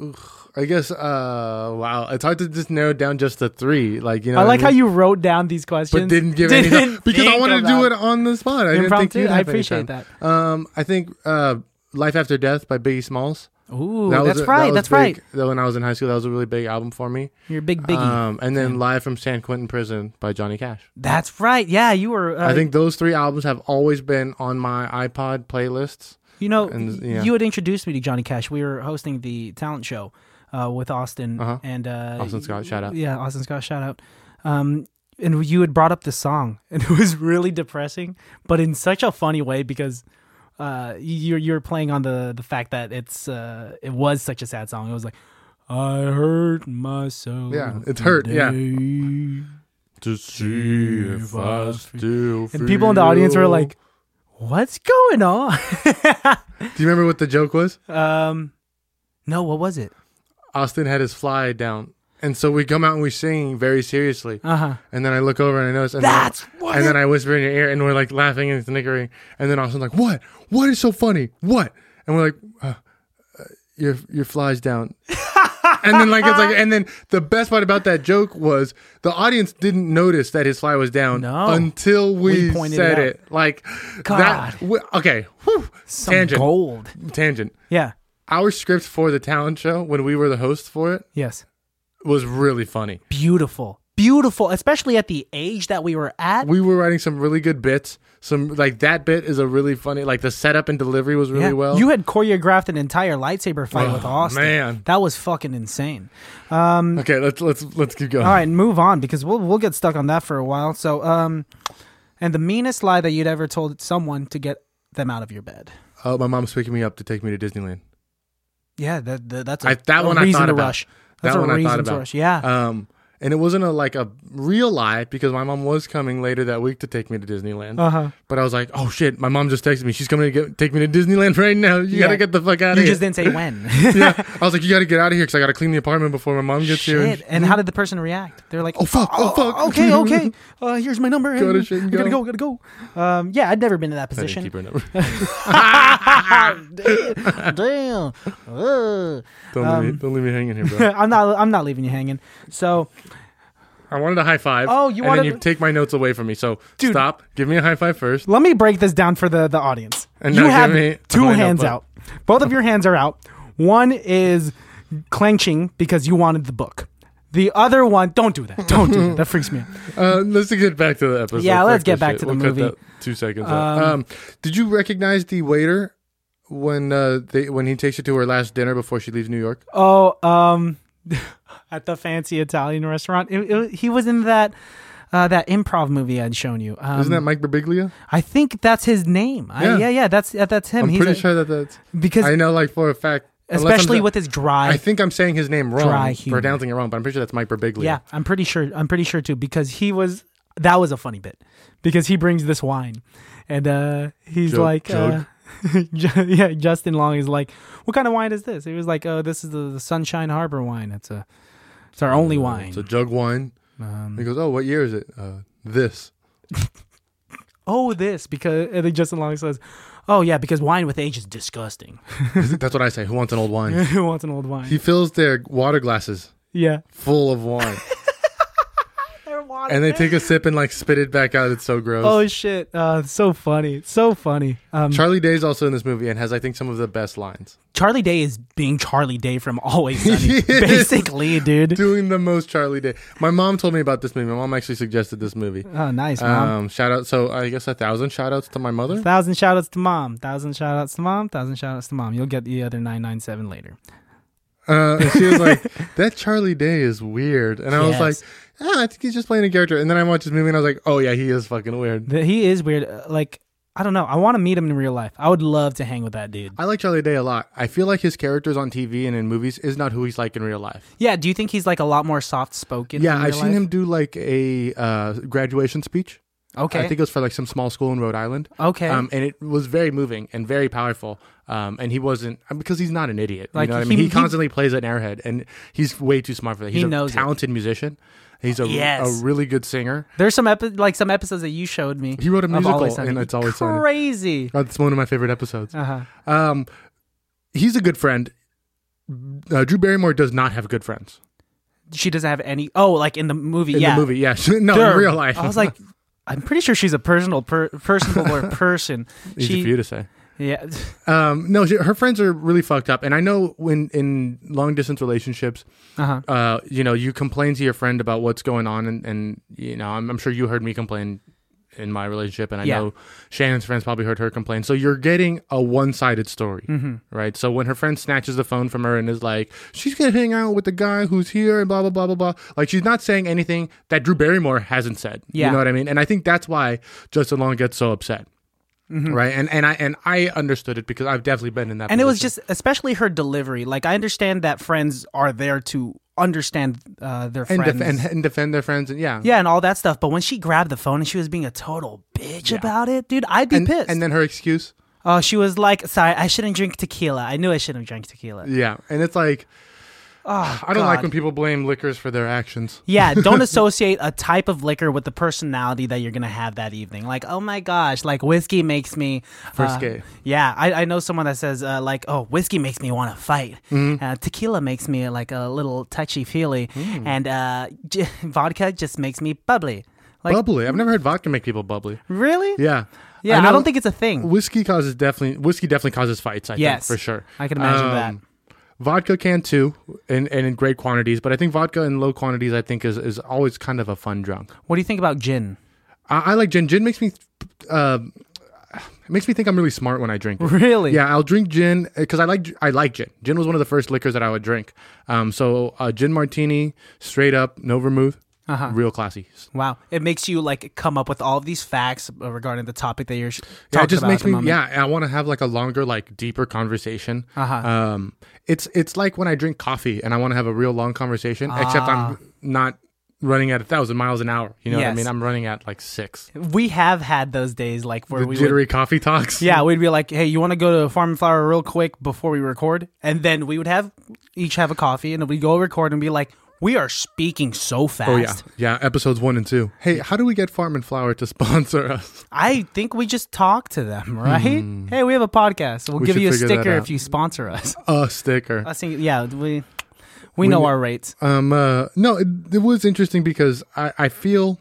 [SPEAKER 2] Ugh. I guess. Uh, wow, it's hard to just narrow it down just to three. Like you know,
[SPEAKER 3] I
[SPEAKER 2] what
[SPEAKER 3] like
[SPEAKER 2] mean?
[SPEAKER 3] how you wrote down these questions,
[SPEAKER 2] but didn't
[SPEAKER 3] (laughs)
[SPEAKER 2] give
[SPEAKER 3] Didn't
[SPEAKER 2] any (laughs) because I
[SPEAKER 3] think
[SPEAKER 2] wanted to do
[SPEAKER 3] about
[SPEAKER 2] it on the spot. I didn't think
[SPEAKER 3] impromptu.
[SPEAKER 2] you'd
[SPEAKER 3] I
[SPEAKER 2] have any
[SPEAKER 3] appreciate
[SPEAKER 2] time.
[SPEAKER 3] that.
[SPEAKER 2] Um, I think uh, "Life After Death" by Biggie Smalls. (laughs)
[SPEAKER 3] Ooh,
[SPEAKER 2] was
[SPEAKER 3] that's
[SPEAKER 2] a- that
[SPEAKER 3] right.
[SPEAKER 2] was
[SPEAKER 3] That's
[SPEAKER 2] big-
[SPEAKER 3] right.
[SPEAKER 2] That when I was in high school, that was a really big album for me.
[SPEAKER 3] You're a big biggie.
[SPEAKER 2] Um, and then "Live from San Quentin Prison" by Johnny Cash.
[SPEAKER 3] that's right. Yeah, you were. Uh,
[SPEAKER 2] I think those three albums have always been on my iPod playlists.
[SPEAKER 3] You know,
[SPEAKER 2] And,
[SPEAKER 3] y-
[SPEAKER 2] yeah.
[SPEAKER 3] you had introduced me to Johnny Cash. We were hosting the talent show uh, with Austin
[SPEAKER 2] Uh-huh.
[SPEAKER 3] and uh,
[SPEAKER 2] Austin Scott, shout out.
[SPEAKER 3] Yeah, Austin Scott, shout out. Um, and you had brought up the song, (laughs) and it was really depressing, but in such a funny way because uh, you're you're playing on the the fact that it's uh, it was such a sad song. It was like. I hurt myself.
[SPEAKER 2] Yeah, it hurt, yeah.
[SPEAKER 3] today."
[SPEAKER 2] To see if I still
[SPEAKER 3] And people in the audience were like, "What's going on?" (laughs)
[SPEAKER 2] "Do you remember what the joke was?"
[SPEAKER 3] um, no, what was it?
[SPEAKER 2] Austin had his fly down, and so we come out and we sing very seriously.
[SPEAKER 3] Uh huh.
[SPEAKER 2] And then I look over and I notice. And
[SPEAKER 3] That's
[SPEAKER 2] then,
[SPEAKER 3] what
[SPEAKER 2] And then
[SPEAKER 3] it-
[SPEAKER 2] I whisper in your ear, and we're like laughing and snickering. And then Austin's like, "What? What is so funny? What?" And we're like, uh, uh, "Your your flies
[SPEAKER 3] (laughs)
[SPEAKER 2] down." and then like it's like, and then the best part about that joke was the audience didn't notice that his fly was down
[SPEAKER 3] No.
[SPEAKER 2] until we,
[SPEAKER 3] We pointed
[SPEAKER 2] said
[SPEAKER 3] it out.
[SPEAKER 2] it. Like
[SPEAKER 3] God.
[SPEAKER 2] that. w- okay. Whew,
[SPEAKER 3] Some
[SPEAKER 2] tangent.
[SPEAKER 3] gold.
[SPEAKER 2] Tangent.
[SPEAKER 3] Yeah.
[SPEAKER 2] Our script for the talent show when we were the hosts for it
[SPEAKER 3] Yes.
[SPEAKER 2] was really funny.
[SPEAKER 3] Beautiful. Beautiful, especially at the age that we were at.
[SPEAKER 2] we were writing some really good bits. Some like that bit is a really funny. Like the setup and delivery was really
[SPEAKER 3] Yeah.
[SPEAKER 2] well. Oh,
[SPEAKER 3] You had choreographed an entire lightsaber fight with Austin.
[SPEAKER 2] man.
[SPEAKER 3] that was fucking insane.
[SPEAKER 2] okay, let's let's let's keep going.
[SPEAKER 3] All right, move on because we'll we'll get stuck on that for a while. So, um, and the meanest lie that you'd ever told someone to get them out of your bed.
[SPEAKER 2] Oh, my mom's picking me up to take me to Disneyland.
[SPEAKER 3] Yeah, that, that that's a,
[SPEAKER 2] I, that
[SPEAKER 3] a
[SPEAKER 2] one I
[SPEAKER 3] reason
[SPEAKER 2] thought
[SPEAKER 3] to
[SPEAKER 2] about.
[SPEAKER 3] rush. That's
[SPEAKER 2] that
[SPEAKER 3] a
[SPEAKER 2] one I
[SPEAKER 3] reason
[SPEAKER 2] thought
[SPEAKER 3] to
[SPEAKER 2] about.
[SPEAKER 3] rush. Yeah,
[SPEAKER 2] Um, and it wasn't a like a real lie because my mom was coming later that week to take me to Disneyland.
[SPEAKER 3] Uh-huh.
[SPEAKER 2] But I was like, oh shit, my mom just texted me. She's coming to get, take me to Disneyland (laughs) right now. You
[SPEAKER 3] Yeah.
[SPEAKER 2] gotta get the fuck out
[SPEAKER 3] you
[SPEAKER 2] of here.
[SPEAKER 3] just didn't say when.
[SPEAKER 2] (laughs) yeah.
[SPEAKER 3] (laughs)
[SPEAKER 2] I was like, you gotta get out of here because I gotta clean the apartment before my mom gets here.
[SPEAKER 3] Shit. And how did the person react? They're like,
[SPEAKER 2] Oh, fuck. Oh, fuck.
[SPEAKER 3] okay,
[SPEAKER 2] (laughs)
[SPEAKER 3] okay. Uh, here's my number.
[SPEAKER 2] Go to
[SPEAKER 3] and
[SPEAKER 2] shit and
[SPEAKER 3] gotta go,
[SPEAKER 2] go.
[SPEAKER 3] gotta go. Um, yeah, I'd never been in that
[SPEAKER 4] I didn't keep
[SPEAKER 3] position.
[SPEAKER 4] her number.
[SPEAKER 3] (laughs) Damn. Ugh.
[SPEAKER 2] Don't,
[SPEAKER 3] Um,
[SPEAKER 2] leave me, don't leave me hanging here, bro.
[SPEAKER 3] I'm not. I'm not leaving you hanging. So
[SPEAKER 2] I wanted a high five.
[SPEAKER 3] Oh, you
[SPEAKER 2] and
[SPEAKER 3] wanted-
[SPEAKER 2] Then you take my notes away from me. So stop. Give me a high five first.
[SPEAKER 3] let me break this down for the the audience.
[SPEAKER 2] And
[SPEAKER 3] you
[SPEAKER 2] now
[SPEAKER 3] have
[SPEAKER 2] give me
[SPEAKER 3] two
[SPEAKER 2] my
[SPEAKER 3] hands out.
[SPEAKER 2] notebook.
[SPEAKER 3] Both of your hands are out. One is clenching because you wanted the book. The other one, don't do that. Don't do that. That freaks me out.
[SPEAKER 2] Uh, let's get back to the episode.
[SPEAKER 3] Yeah,
[SPEAKER 2] Fuck
[SPEAKER 3] let's get
[SPEAKER 2] this
[SPEAKER 3] back
[SPEAKER 2] shit.
[SPEAKER 3] to the
[SPEAKER 2] We'll cut
[SPEAKER 3] movie.
[SPEAKER 2] that two seconds. out. Um, did you recognize the waiter when uh, they when he takes you to her last dinner before she leaves New York?
[SPEAKER 3] Oh, um, (laughs) at the fancy Italian restaurant. It- it- he was in that uh, that improv movie I'd shown you. Um,
[SPEAKER 2] Isn't that Mike Birbiglia?
[SPEAKER 3] I think that's his name. I,
[SPEAKER 2] Yeah.
[SPEAKER 3] yeah, yeah, that's yeah, that's him.
[SPEAKER 2] I'm
[SPEAKER 3] He's
[SPEAKER 2] pretty
[SPEAKER 3] a-
[SPEAKER 2] sure that that's.
[SPEAKER 3] because
[SPEAKER 2] I know, like for a fact, unless I'm
[SPEAKER 3] especially
[SPEAKER 2] sa-
[SPEAKER 3] with his dry.
[SPEAKER 2] I think I'm saying his name
[SPEAKER 3] Dry
[SPEAKER 2] wrong,
[SPEAKER 3] humor.
[SPEAKER 2] pronouncing it wrong, but I'm pretty sure that's Mike Birbiglia.
[SPEAKER 3] yeah, I'm pretty sure. I'm pretty sure too because he was that was a funny bit because he brings this wine and uh he's
[SPEAKER 2] Jug-
[SPEAKER 3] like
[SPEAKER 2] jug.
[SPEAKER 3] uh, (laughs) Ju- yeah, Justin Long is like, "What kind of wine is this?" He was like, "Oh, this is the, the Sunshine Harbor wine. It's a it's our only wine."
[SPEAKER 2] It's a jug wine.
[SPEAKER 3] Um,
[SPEAKER 2] he goes, "Oh, what year is it? Uh, this." (laughs)
[SPEAKER 3] oh this because and then Justin Long says, "Oh yeah, because wine with age is disgusting. (laughs)
[SPEAKER 2] that's what I say. Who wants an old wine? (laughs)
[SPEAKER 3] Who wants an old wine?"
[SPEAKER 2] he fills their water glasses
[SPEAKER 3] yeah,
[SPEAKER 2] full of wine. and they take a sip and like spit it back out. It's so gross.
[SPEAKER 3] oh shit, uh, so funny, so funny. Um,
[SPEAKER 2] Charlie Day's also in this movie and has I think some of the best lines.
[SPEAKER 3] Charlie Day is being Charlie Day from
[SPEAKER 2] (laughs)
[SPEAKER 3] Always Sunny,
[SPEAKER 2] He is.
[SPEAKER 3] basically, dude.
[SPEAKER 2] Doing the most Charlie Day. My mom told me about this movie. My mom actually suggested this movie.
[SPEAKER 3] Oh, nice, mom.
[SPEAKER 2] Um, shout out. So I guess a thousand shout outs to my mother.
[SPEAKER 3] Thousand shout outs to mom. Thousand shout outs to mom. Thousand shout outs to mom. You'll get the other 997 later.
[SPEAKER 2] Uh, and she
[SPEAKER 3] (laughs)
[SPEAKER 2] was like, "That Charlie Day is weird," and I
[SPEAKER 3] Yes.
[SPEAKER 2] was like, "Ah, I think he's just playing a character." And then I watched this movie and I was like, "Oh yeah, he is fucking weird."
[SPEAKER 3] The, he is weird. Uh, Like, I don't know. I want to meet him in real life. I would love to hang with that dude.
[SPEAKER 2] I like Charlie Day a lot. I feel like his characters on TV and in movies is not who he's like in real life.
[SPEAKER 3] Yeah, do you think he's like a lot more soft spoken?
[SPEAKER 2] Yeah, I've seen him do like a uh, graduation speech.
[SPEAKER 3] Okay.
[SPEAKER 2] I think it was for like some small school in Rhode Island.
[SPEAKER 3] okay.
[SPEAKER 2] Um, and it was very moving and very powerful. Um, and he wasn't because he's not an idiot.
[SPEAKER 3] Like,
[SPEAKER 2] you know what
[SPEAKER 3] he-
[SPEAKER 2] I mean? He,
[SPEAKER 3] he-
[SPEAKER 2] constantly plays an airhead, and he's way too smart for that. He's
[SPEAKER 3] He
[SPEAKER 2] a
[SPEAKER 3] knows it.
[SPEAKER 2] talented musician. He's a,
[SPEAKER 3] Yes.
[SPEAKER 2] a really good singer.
[SPEAKER 3] There's some epi- like some episodes that you showed me.
[SPEAKER 2] He wrote a
[SPEAKER 3] of
[SPEAKER 2] musical
[SPEAKER 3] Always Sunny.
[SPEAKER 2] in It's Always Uh, Sunny.
[SPEAKER 3] Crazy. Uh-huh.
[SPEAKER 2] That's one of my favorite episodes.
[SPEAKER 3] Uh huh.
[SPEAKER 2] Um, he's a good friend. uh, Drew Barrymore does not have good friends
[SPEAKER 3] She doesn't have any. Oh, like in the movie.
[SPEAKER 2] in
[SPEAKER 3] yeah.
[SPEAKER 2] the movie. Yeah, (laughs) no,
[SPEAKER 3] Sure.
[SPEAKER 2] in real life. (laughs)
[SPEAKER 3] I was like, I'm pretty sure she's a personal, per- personable or person.
[SPEAKER 4] Easy for
[SPEAKER 3] She,
[SPEAKER 4] you to say.
[SPEAKER 3] yeah.
[SPEAKER 2] um, no, she, her friends are really fucked up, and I know when in long distance relationships,
[SPEAKER 3] Uh-huh.
[SPEAKER 2] uh, you know, you complain to your friend about what's going on, and, and you know, I'm, I'm sure you heard me complain in my relationship, and I
[SPEAKER 3] Yeah.
[SPEAKER 2] know Shannon's friends probably heard her complain. So you're getting a one sided story,
[SPEAKER 3] Mm-hmm.
[SPEAKER 2] right? So when her friend snatches the phone from her and is like, she's gonna hang out with the guy who's here, and blah blah blah blah blah, like she's not saying anything that Drew Barrymore hasn't said.
[SPEAKER 3] Yeah.
[SPEAKER 2] you know what I mean? And I think that's why Justin Long gets so upset. Right, and and I and I understood it because I've definitely been in that.
[SPEAKER 3] Mm-hmm. And it was
[SPEAKER 2] position.
[SPEAKER 3] just, especially her delivery. Like, I understand that friends are there to understand uh, their
[SPEAKER 2] and,
[SPEAKER 3] friends.
[SPEAKER 2] def- and and defend their friends, and yeah,
[SPEAKER 3] yeah, and all that stuff. But when she grabbed the phone and she was being a total bitch about it, dude, I'd be
[SPEAKER 2] and,
[SPEAKER 3] pissed.
[SPEAKER 2] and then her excuse,
[SPEAKER 3] oh, she was like, sorry, I shouldn't drink tequila. I knew I shouldn't drink tequila.
[SPEAKER 2] Yeah, and it's like I don't like
[SPEAKER 3] Oh, God.
[SPEAKER 2] when people blame liquors for their actions.
[SPEAKER 3] Yeah,
[SPEAKER 2] (laughs)
[SPEAKER 3] don't associate a type of liquor with the personality that you're gonna have that evening. Like, oh my gosh, like whiskey makes me uh,
[SPEAKER 2] Frisky.
[SPEAKER 3] yeah, I, I know someone that says uh, like, oh, whiskey makes me want to fight.
[SPEAKER 2] Mm-hmm.
[SPEAKER 3] Uh, tequila makes me like a little touchy feely,
[SPEAKER 2] Mm.
[SPEAKER 3] and uh, j- (laughs) vodka just makes me bubbly. Like,
[SPEAKER 2] bubbly. I've never heard vodka make people bubbly.
[SPEAKER 3] really?
[SPEAKER 2] Yeah,
[SPEAKER 3] Yeah, I,
[SPEAKER 2] know
[SPEAKER 3] don't think it's a thing.
[SPEAKER 2] whiskey causes definitely whiskey definitely causes fights. I
[SPEAKER 3] Yes.
[SPEAKER 2] think for sure. Um,
[SPEAKER 3] I can imagine that.
[SPEAKER 2] Vodka can too, and, and in great quantities. But I think vodka in low quantities, I think, is, is always kind of a fun drunk.
[SPEAKER 3] What do you think about
[SPEAKER 2] (laughs)
[SPEAKER 3] gin?
[SPEAKER 2] I, I like gin. Gin makes me, uh, it makes me think I'm really smart when I drink. It.
[SPEAKER 3] Really?
[SPEAKER 2] Yeah, I'll drink gin because I like I like gin. Gin was one of the first liquors that I would drink. Um, so uh, gin martini, straight up, no vermouth,
[SPEAKER 3] Uh-huh.
[SPEAKER 2] real classy.
[SPEAKER 3] Wow, it makes you like come up with all of these facts uh, regarding the topic that you're sh- talking
[SPEAKER 2] Yeah, it just
[SPEAKER 3] about
[SPEAKER 2] makes
[SPEAKER 3] at the
[SPEAKER 2] me.
[SPEAKER 3] moment.
[SPEAKER 2] Yeah, I want to have like a longer, like deeper conversation.
[SPEAKER 3] Uh-huh.
[SPEAKER 2] Um, it's it's like when I drink coffee and I want to have a real long conversation, except I'm not running at a thousand miles an hour. You know what I
[SPEAKER 3] Ah. Yes.
[SPEAKER 2] mean? I'm running at like six.
[SPEAKER 3] We have had those days like where
[SPEAKER 2] The
[SPEAKER 3] we would
[SPEAKER 2] jittery coffee talks.
[SPEAKER 3] Yeah, we'd be like, "Hey, you want to go to Farm and Flower real quick before we record?" And then we would have each have a coffee, and then we'd go record and be like, "We are speaking so fast."
[SPEAKER 2] Oh yeah, yeah. Episodes one and two. Hey, how do we get Farm and Flower to (laughs) sponsor us?
[SPEAKER 3] I think we just talk to them, (laughs) right? Hey, we have a podcast. We'll
[SPEAKER 2] Hmm. We
[SPEAKER 3] give
[SPEAKER 2] should
[SPEAKER 3] you a
[SPEAKER 2] figure that
[SPEAKER 3] sticker
[SPEAKER 2] out.
[SPEAKER 3] if you sponsor us. (laughs)
[SPEAKER 2] A sticker.
[SPEAKER 3] I think, yeah, we we know our rates.
[SPEAKER 2] Um, uh, no, it, it was interesting because I, I feel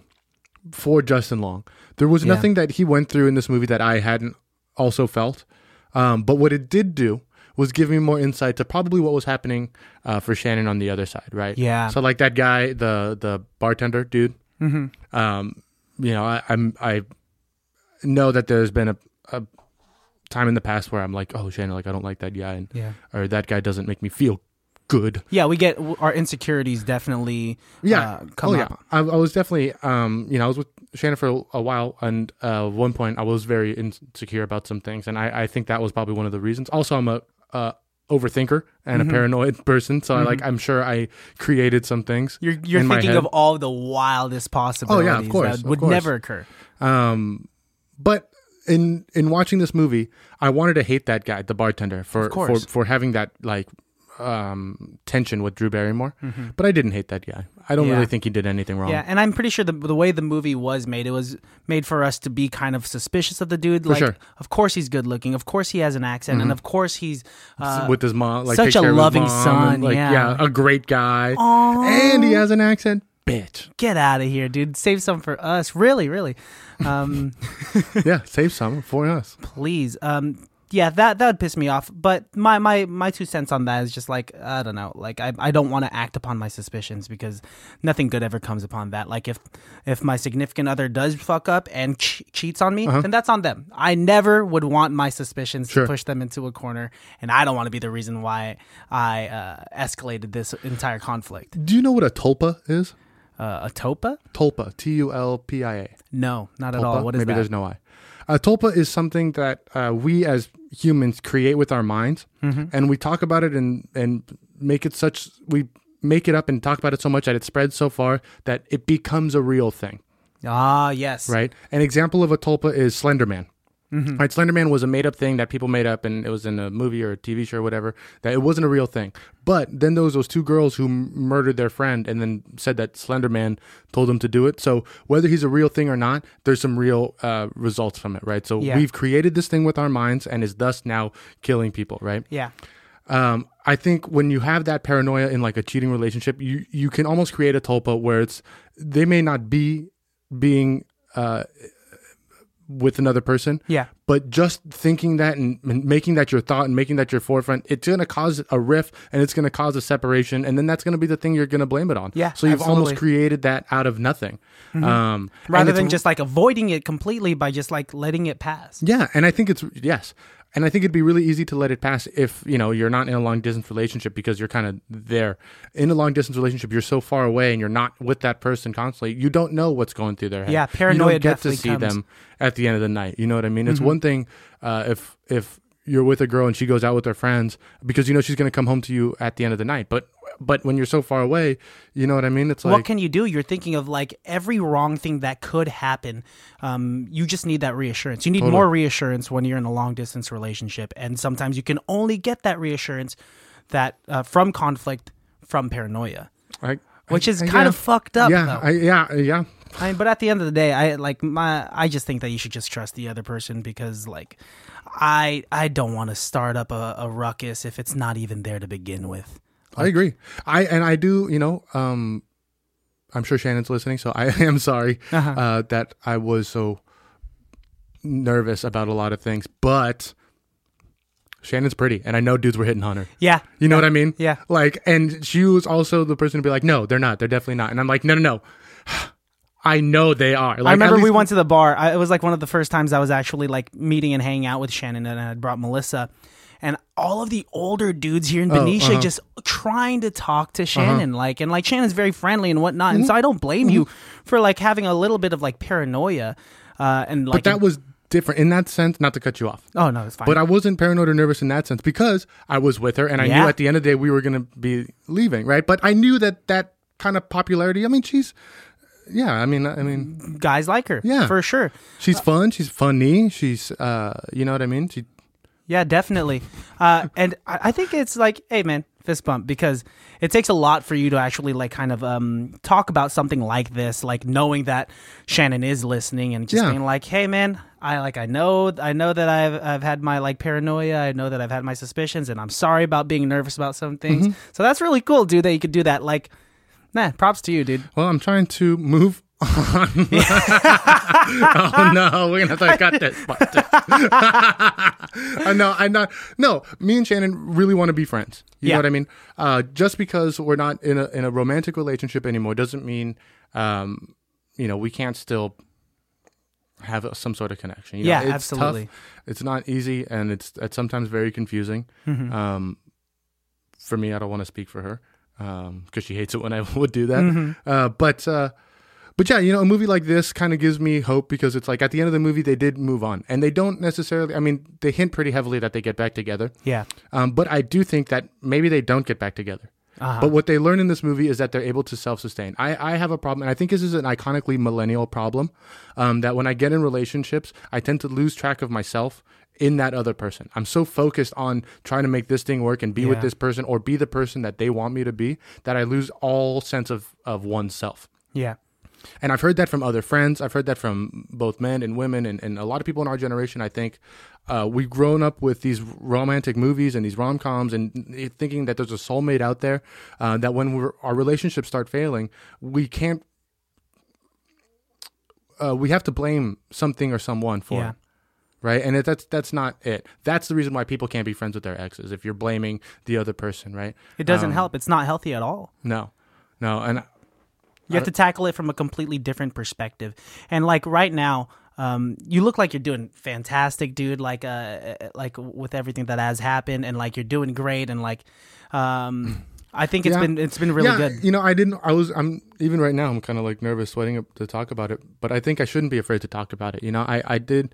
[SPEAKER 2] for Justin Long. There was
[SPEAKER 3] Yeah.
[SPEAKER 2] nothing that he went through in this movie that I hadn't also felt. Um, but what it did do was give me more insight to probably what was happening uh, for Shannon on the other side, right?
[SPEAKER 3] Yeah.
[SPEAKER 2] So like that guy, the the bartender dude. Mm-hmm. Um, you know, I, I'm I know that there's been a, a time in the past where I'm like, oh Shannon, like I don't like that guy, and
[SPEAKER 3] Yeah.
[SPEAKER 2] or that guy doesn't make me feel good.
[SPEAKER 3] Yeah, we get our insecurities definitely.
[SPEAKER 2] Yeah.
[SPEAKER 3] uh, come
[SPEAKER 2] oh, yeah.
[SPEAKER 3] up.
[SPEAKER 2] I, I was definitely, um, you know, I was with Shannon for a, a while, and uh, at one point I was very insecure about some things, and I, I think that was probably one of the reasons. Also, I'm a uh, overthinker and
[SPEAKER 3] Mm-hmm.
[SPEAKER 2] a paranoid person, so I like I'm sure I created some things.
[SPEAKER 3] You're you're
[SPEAKER 2] in my
[SPEAKER 3] thinking
[SPEAKER 2] head.
[SPEAKER 3] of all the wildest possibilities.
[SPEAKER 2] course,
[SPEAKER 3] that
[SPEAKER 2] of
[SPEAKER 3] would
[SPEAKER 2] course.
[SPEAKER 3] never occur.
[SPEAKER 2] Um, but in in watching this movie, I wanted to hate that guy, the bartender, for
[SPEAKER 3] Of
[SPEAKER 2] for
[SPEAKER 3] course.
[SPEAKER 2] for having that like um tension with Drew Barrymore. But I didn't hate that guy. I don't
[SPEAKER 3] Mm-hmm. Yeah.
[SPEAKER 2] really think he did anything wrong.
[SPEAKER 3] Yeah, and I'm pretty sure the the way the movie was made, it was made for us to be kind of suspicious of the dude. like,
[SPEAKER 2] sure.
[SPEAKER 3] of course he's good looking, of course he has an accent, and of course he's uh,
[SPEAKER 2] with his mom, like
[SPEAKER 3] such
[SPEAKER 2] takes
[SPEAKER 3] a
[SPEAKER 2] care of his
[SPEAKER 3] loving
[SPEAKER 2] mom
[SPEAKER 3] son,
[SPEAKER 2] and, like,
[SPEAKER 3] yeah.
[SPEAKER 2] a great guy, and he has an accent, bitch.
[SPEAKER 3] get out of here, dude. Save some for us, really, really. Um,
[SPEAKER 2] (laughs) yeah, save some for us.
[SPEAKER 3] please, um, yeah, that that would piss me off. But my my my two cents on that is just like I don't know, like I I don't want to act upon my suspicions because nothing good ever comes upon that. Like if if my significant other does fuck up and che- cheats on me, then that's on them. I never would want my suspicions to
[SPEAKER 2] Uh-huh. Sure.
[SPEAKER 3] push them into a corner, and I don't want to be the reason why I uh, escalated this entire conflict.
[SPEAKER 2] Do you know what a tulpa is?
[SPEAKER 3] Uh, a topa?
[SPEAKER 2] Tulpa, T U L P I A.
[SPEAKER 3] No, not at
[SPEAKER 2] Tulpa?
[SPEAKER 3] all. What is
[SPEAKER 2] Maybe
[SPEAKER 3] that?
[SPEAKER 2] there's no I. Uh, tulpa is something that uh, we as humans create with our minds,
[SPEAKER 3] Mm-hmm.
[SPEAKER 2] and we talk about it and and make it such we make it up and talk about it so much that it spreads so far that it becomes a real thing.
[SPEAKER 3] ah, yes. Mm-hmm.
[SPEAKER 2] right? An example of a tulpa is Slenderman. Right, Slenderman was a made-up thing that people made up, and it was in a movie or a TV show or whatever. That it wasn't a real thing. But then there was those two girls who m- murdered their friend, and then said that Slenderman told them to do it. So whether he's a real thing or not, there's some real uh, results from it, right? So
[SPEAKER 3] Yeah.
[SPEAKER 2] we've created this thing with our minds, and is thus now killing people, right?
[SPEAKER 3] Yeah.
[SPEAKER 2] um, I think when you have that paranoia in like a cheating relationship, you you can almost create a tulpa where it's they may not be being uh, with another person,
[SPEAKER 3] Yeah.
[SPEAKER 2] but just thinking that and, and making that your thought and making that your forefront, it's going to cause a rift and it's going to cause a separation, and then that's going to be the thing you're going to blame it on.
[SPEAKER 3] Yeah,
[SPEAKER 2] so
[SPEAKER 3] absolutely.
[SPEAKER 2] you've
[SPEAKER 3] Mm-hmm.
[SPEAKER 2] almost created that out of nothing, um, and
[SPEAKER 3] Rather
[SPEAKER 2] it's
[SPEAKER 3] than just like avoiding it completely by just like letting it pass.
[SPEAKER 2] Yeah, and I think it's yes, and I think it'd be really easy to let it pass if you know you're not in a long distance relationship because you're kind of there. In a long distance relationship, you're so far away and you're not with that person constantly. You don't know what's going through their head.
[SPEAKER 3] Yeah, paranoia
[SPEAKER 2] You don't get to
[SPEAKER 3] definitely
[SPEAKER 2] see
[SPEAKER 3] comes. Mm-hmm.
[SPEAKER 2] them at the end of the night. You know what I mean? It's one thing uh, if if you're with a girl and she goes out with her friends because you know she's going to come home to you at the end of the night, but. But when you're so far away, you know what I mean. It's like
[SPEAKER 3] what can you do? You're thinking of like every wrong thing that could happen. Um, you just need that reassurance. You need more reassurance when you're in a long distance relationship, and sometimes you can only get that reassurance that uh, from conflict, from paranoia,
[SPEAKER 2] I-
[SPEAKER 3] which
[SPEAKER 2] I-
[SPEAKER 3] is
[SPEAKER 2] I-
[SPEAKER 3] kind
[SPEAKER 2] yeah.
[SPEAKER 3] of fucked up.
[SPEAKER 2] Yeah,
[SPEAKER 3] though.
[SPEAKER 2] I, yeah, yeah.
[SPEAKER 3] I mean, but at the end of the day, I like my. I just think that you should just trust the other person because, like, I I don't want to start up a, a ruckus if it's not even there to begin with.
[SPEAKER 2] I agree. I and I do, you know, um I'm sure Shannon's listening, so I (laughs) am sorry
[SPEAKER 3] Uh-huh.
[SPEAKER 2] uh that I was so nervous about a lot of things, but Shannon's pretty and I know dudes were hitting on her.
[SPEAKER 3] Yeah,
[SPEAKER 2] You know what I mean?
[SPEAKER 3] yeah.
[SPEAKER 2] Like and she was also the person to be like, "No, they're not. They're definitely not." And I'm like, "No, no, (sighs) no." I know they are. Like,
[SPEAKER 3] I remember
[SPEAKER 2] at
[SPEAKER 3] we
[SPEAKER 2] least-
[SPEAKER 3] went to the bar. I, it was like one of the first times I was actually like meeting and hanging out with Shannon, and I had brought Melissa, and all of the older dudes
[SPEAKER 2] Oh,
[SPEAKER 3] here in Benicia
[SPEAKER 2] uh-huh.
[SPEAKER 3] just trying to talk to Shannon, like and like Shannon's very friendly and whatnot,
[SPEAKER 2] Mm-hmm.
[SPEAKER 3] and so I don't blame you for like having a little bit of like paranoia, uh, and like
[SPEAKER 2] But that was different in that sense, not to cut you off.
[SPEAKER 3] oh no, it's fine.
[SPEAKER 2] But I wasn't paranoid or nervous in that sense because I was with her and I
[SPEAKER 3] Yeah.
[SPEAKER 2] knew at the end of the day we were going to be leaving, right? But I knew that that kind of popularity, I mean, she's yeah, I mean, I mean,
[SPEAKER 3] Guys like her,
[SPEAKER 2] Yeah.
[SPEAKER 3] for sure.
[SPEAKER 2] she's
[SPEAKER 3] Uh,
[SPEAKER 2] fun, she's funny, she's uh, you know what I mean? She
[SPEAKER 3] Yeah, definitely. Uh, and I, I think it's like, hey, man, fist bump because it takes a lot for you to actually like kind of um, talk about something like this, like knowing that Shannon is listening and just
[SPEAKER 2] Yeah.
[SPEAKER 3] being like, hey, man, I like I know I know that I've I've had my like paranoia, I know that I've had my suspicions, and I'm sorry about being nervous about some things.
[SPEAKER 2] Mm-hmm.
[SPEAKER 3] So that's really cool, dude, that you could do that. Like, nah, props to you, dude.
[SPEAKER 2] well, I'm trying to move (laughs)
[SPEAKER 3] (laughs)
[SPEAKER 2] on. oh no, we're gonna have to cut this. part. (laughs) I know, I know. No, me and Shannon really want to be friends. You
[SPEAKER 3] Yeah.
[SPEAKER 2] know what I mean? Uh, just because we're not in a in a romantic relationship anymore doesn't mean, um, you know, we can't still have some sort of connection. you know?
[SPEAKER 3] Yeah,
[SPEAKER 2] It's tough.
[SPEAKER 3] absolutely.
[SPEAKER 2] It's not easy, and it's it's sometimes very confusing.
[SPEAKER 3] Mm-hmm.
[SPEAKER 2] Um, for me, I don't want to speak for her because she hates it when I (laughs) would do that.
[SPEAKER 3] Mm-hmm.
[SPEAKER 2] Uh, but uh, but yeah, you know, a movie like this kind of gives me hope because it's like at the end of the movie they did move on, and they don't necessarily. I mean, they hint pretty heavily that they get back together.
[SPEAKER 3] Yeah.
[SPEAKER 2] Um, but I do think that maybe they don't get back together. But what they learn in this movie is that they're able to self-sustain. I, I have a problem, and I think this is an iconically millennial problem, um, that when I get in relationships, I tend to lose track of myself in that other person. I'm so focused on trying to make this thing work and be with
[SPEAKER 3] Yeah.
[SPEAKER 2] this person or be the person that they want me to be that I lose all sense of, of oneself.
[SPEAKER 3] Yeah.
[SPEAKER 2] And I've heard that from other friends. I've heard that from both men and women, and, and a lot of people in our generation. I think uh, we've grown up with these romantic movies and these rom coms, and thinking that there's a soulmate out there. Uh, that when we're, our relationships start failing, we can't. Uh, we have to blame something or someone for
[SPEAKER 3] Yeah.
[SPEAKER 2] it, right? And it, that's that's not it. That's the reason why people can't be friends with their exes if you're blaming the other person, right?
[SPEAKER 3] It doesn't
[SPEAKER 2] Um,
[SPEAKER 3] help. It's not healthy at all.
[SPEAKER 2] No, no, and
[SPEAKER 3] You have to tackle it from a completely different perspective. And like right now, um, you look like you're doing fantastic, dude. Like, uh, like with everything that has happened, and like you're doing great, and like, um, I think it's
[SPEAKER 2] Yeah.
[SPEAKER 3] been it's been really
[SPEAKER 2] yeah,
[SPEAKER 3] good.
[SPEAKER 2] You know, I didn't. I was. I'm even right now. I'm kind of like nervous, sweating to talk about it. But I think I shouldn't be afraid to talk about it. You know, I I did.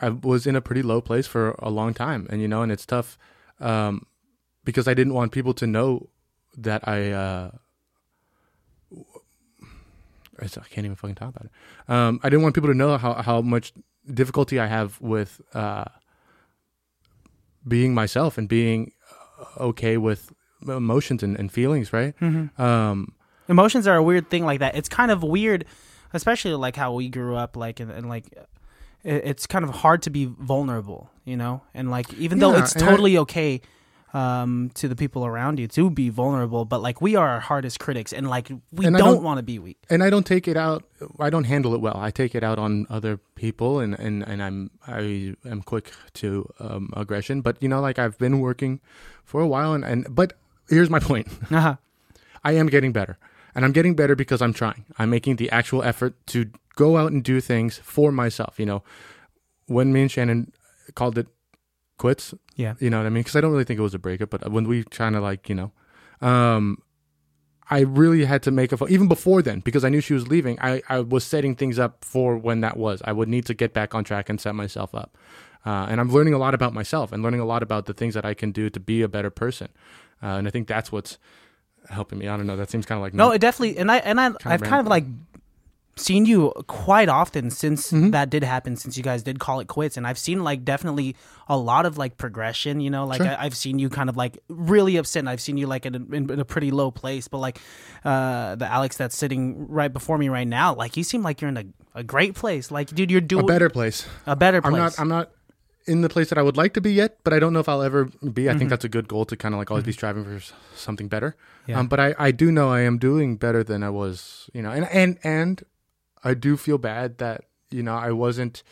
[SPEAKER 2] I was in a pretty low place for a long time, and you know, and it's tough, um, because I didn't want people to know that I. Uh, I s- I can't even fucking talk about it. Um, I didn't want people to know how how much difficulty I have with uh, being myself and being okay with emotions and, and feelings, right?
[SPEAKER 3] Mm-hmm.
[SPEAKER 2] Um,
[SPEAKER 3] Emotions are a weird thing like that. It's kind of weird, especially like how we grew up, like and, and like. it- It's kind of hard to be vulnerable, you know, and like even though
[SPEAKER 2] Yeah,
[SPEAKER 3] it's
[SPEAKER 2] and I-
[SPEAKER 3] totally okay um, to the people around you to be vulnerable. But like we are our hardest critics, and like we
[SPEAKER 2] And I
[SPEAKER 3] don't
[SPEAKER 2] don't-
[SPEAKER 3] want to be weak.
[SPEAKER 2] and I don't take it out. I don't handle it well. I take it out on other people, and and and I'm I am quick to um, aggression. But you know, like I've been working for a while, and and but here's my point. (laughs)
[SPEAKER 3] Uh-huh.
[SPEAKER 2] I am getting better. And I'm getting better because I'm trying. I'm making the actual effort to go out and do things for myself. You know, when me and Shannon called it quits,
[SPEAKER 3] Yeah.
[SPEAKER 2] you know what I mean? Because I don't really think it was a breakup, but when we kind of like, you know, um, I really had to make a phone, even before then, because I knew she was leaving. I, I was setting things up for when that was. I would need to get back on track and set myself up. Uh, and I'm learning a lot about myself and learning a lot about the things that I can do to be a better person. Uh, and I think that's what's helping me. I don't know. That seems kind of like
[SPEAKER 3] No, it definitely, and I and I, I've
[SPEAKER 2] of
[SPEAKER 3] kind of like seen you quite often since
[SPEAKER 2] Mm-hmm.
[SPEAKER 3] that did happen, since you guys did call it quits, and I've seen like definitely a lot of like progression. You know, like I, I've seen you kind of like really upset, and I've seen you like in a, in a pretty low place. But like uh the Alex that's sitting right before me right now, like you seem like you're in a, a great place. Like, dude, you're
[SPEAKER 2] a
[SPEAKER 3] doing a better,
[SPEAKER 2] better place.
[SPEAKER 3] place.
[SPEAKER 2] I'm not. I'm not in the place that I would like to be yet, but I don't know if I'll ever be.
[SPEAKER 3] Mm-hmm.
[SPEAKER 2] I think that's a good goal to kind of like always be striving for s- something better.
[SPEAKER 3] Yeah.
[SPEAKER 2] Um, but I, I do know I am doing better than I was, you know, and and and I do feel bad that you know I wasn't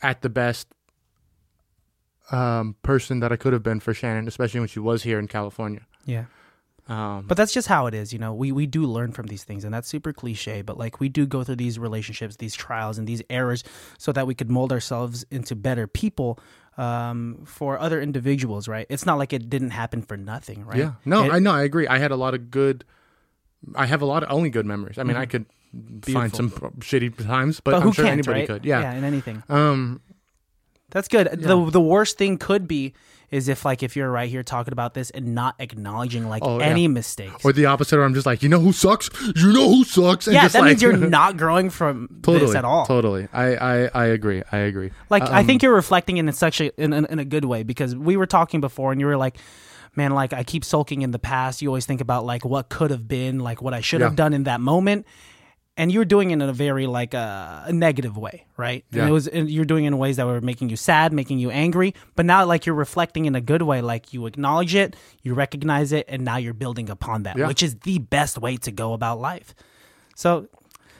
[SPEAKER 2] at the best um, person that I could have been for Shannon, especially when she was here in California.
[SPEAKER 3] yeah.
[SPEAKER 2] Um,
[SPEAKER 3] But that's just how it is, you know. We we do learn from these things, and that's super cliche. But like we do go through these relationships, these trials, and these errors, so that we could mold ourselves into better people um, for other individuals, right? It's not like it didn't happen for nothing, right?
[SPEAKER 2] Yeah. No,
[SPEAKER 3] It-
[SPEAKER 2] I know. I agree. I had a lot of good. I have a lot of only good memories. I mean, I could find some pro- shitty times, but,
[SPEAKER 3] Mm-hmm. but
[SPEAKER 2] I'm
[SPEAKER 3] who
[SPEAKER 2] sure
[SPEAKER 3] can't,
[SPEAKER 2] anybody
[SPEAKER 3] right?
[SPEAKER 2] could. Yeah.
[SPEAKER 3] in anything.
[SPEAKER 2] Um.
[SPEAKER 3] That's good. The the worst thing could be is if like if you're right here talking about this and not acknowledging like
[SPEAKER 2] Oh, yeah.
[SPEAKER 3] any mistakes.
[SPEAKER 2] Or the opposite. Or I'm just like, you know who sucks? You know who sucks? And
[SPEAKER 3] yeah,
[SPEAKER 2] just
[SPEAKER 3] that
[SPEAKER 2] like,
[SPEAKER 3] means
[SPEAKER 2] (laughs)
[SPEAKER 3] you're not growing from
[SPEAKER 2] totally
[SPEAKER 3] this at all.
[SPEAKER 2] Totally. I, I I agree. I agree.
[SPEAKER 3] Like I
[SPEAKER 2] Um,
[SPEAKER 3] think you're reflecting in it's actually in, in, in a good way because we were talking before and you were like, man, like I keep sulking in the past. You always think about like what could have been, like what I should have
[SPEAKER 2] Yeah.
[SPEAKER 3] done in that moment. And you were doing it in a very like uh, a negative way, right? And
[SPEAKER 2] Yeah.
[SPEAKER 3] it was and you're doing it in ways that were making you sad, making you angry. But now like you're reflecting in a good way, like you acknowledge it, you recognize it, and now you're building upon that,
[SPEAKER 2] Yeah.
[SPEAKER 3] which is the best way to go about life. So,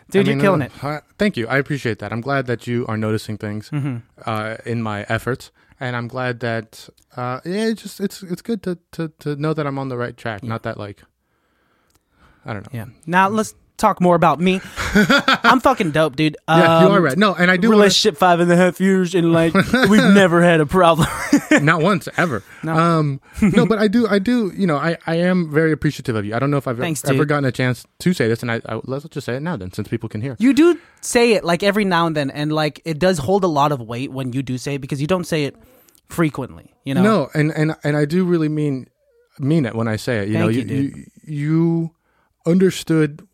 [SPEAKER 3] dude,
[SPEAKER 2] I mean,
[SPEAKER 3] you're killing
[SPEAKER 2] uh,
[SPEAKER 3] it.
[SPEAKER 2] I- thank you. I appreciate that. I'm glad that you are noticing things
[SPEAKER 3] Mm-hmm.
[SPEAKER 2] uh, in my efforts, and I'm glad that uh, yeah, it's just it's it's good to, to to know that I'm on the right track. Not that like I don't know.
[SPEAKER 3] Yeah. Now let's talk more about
[SPEAKER 2] (laughs)
[SPEAKER 3] me. I'm fucking dope, dude. Um,
[SPEAKER 2] Yeah, you are right. No, and I do wanna-
[SPEAKER 3] Relationship five and a half years, and
[SPEAKER 2] (laughs)
[SPEAKER 3] like we've never had a problem. (laughs)
[SPEAKER 2] not once ever. No. Um, no, but I do, I do. You know, I, I am very appreciative of you. I don't know if I've
[SPEAKER 3] Thanks,
[SPEAKER 2] ever
[SPEAKER 3] dude.
[SPEAKER 2] gotten a chance to say this, and I, I let's just say it now then, since people can hear.
[SPEAKER 3] you do say it like every now and then, and like it does hold a lot of weight when you do say it because you don't say it frequently. You know.
[SPEAKER 2] No, and and and I do really mean mean it when I say it. You know,
[SPEAKER 3] Thank you,
[SPEAKER 2] you, you understood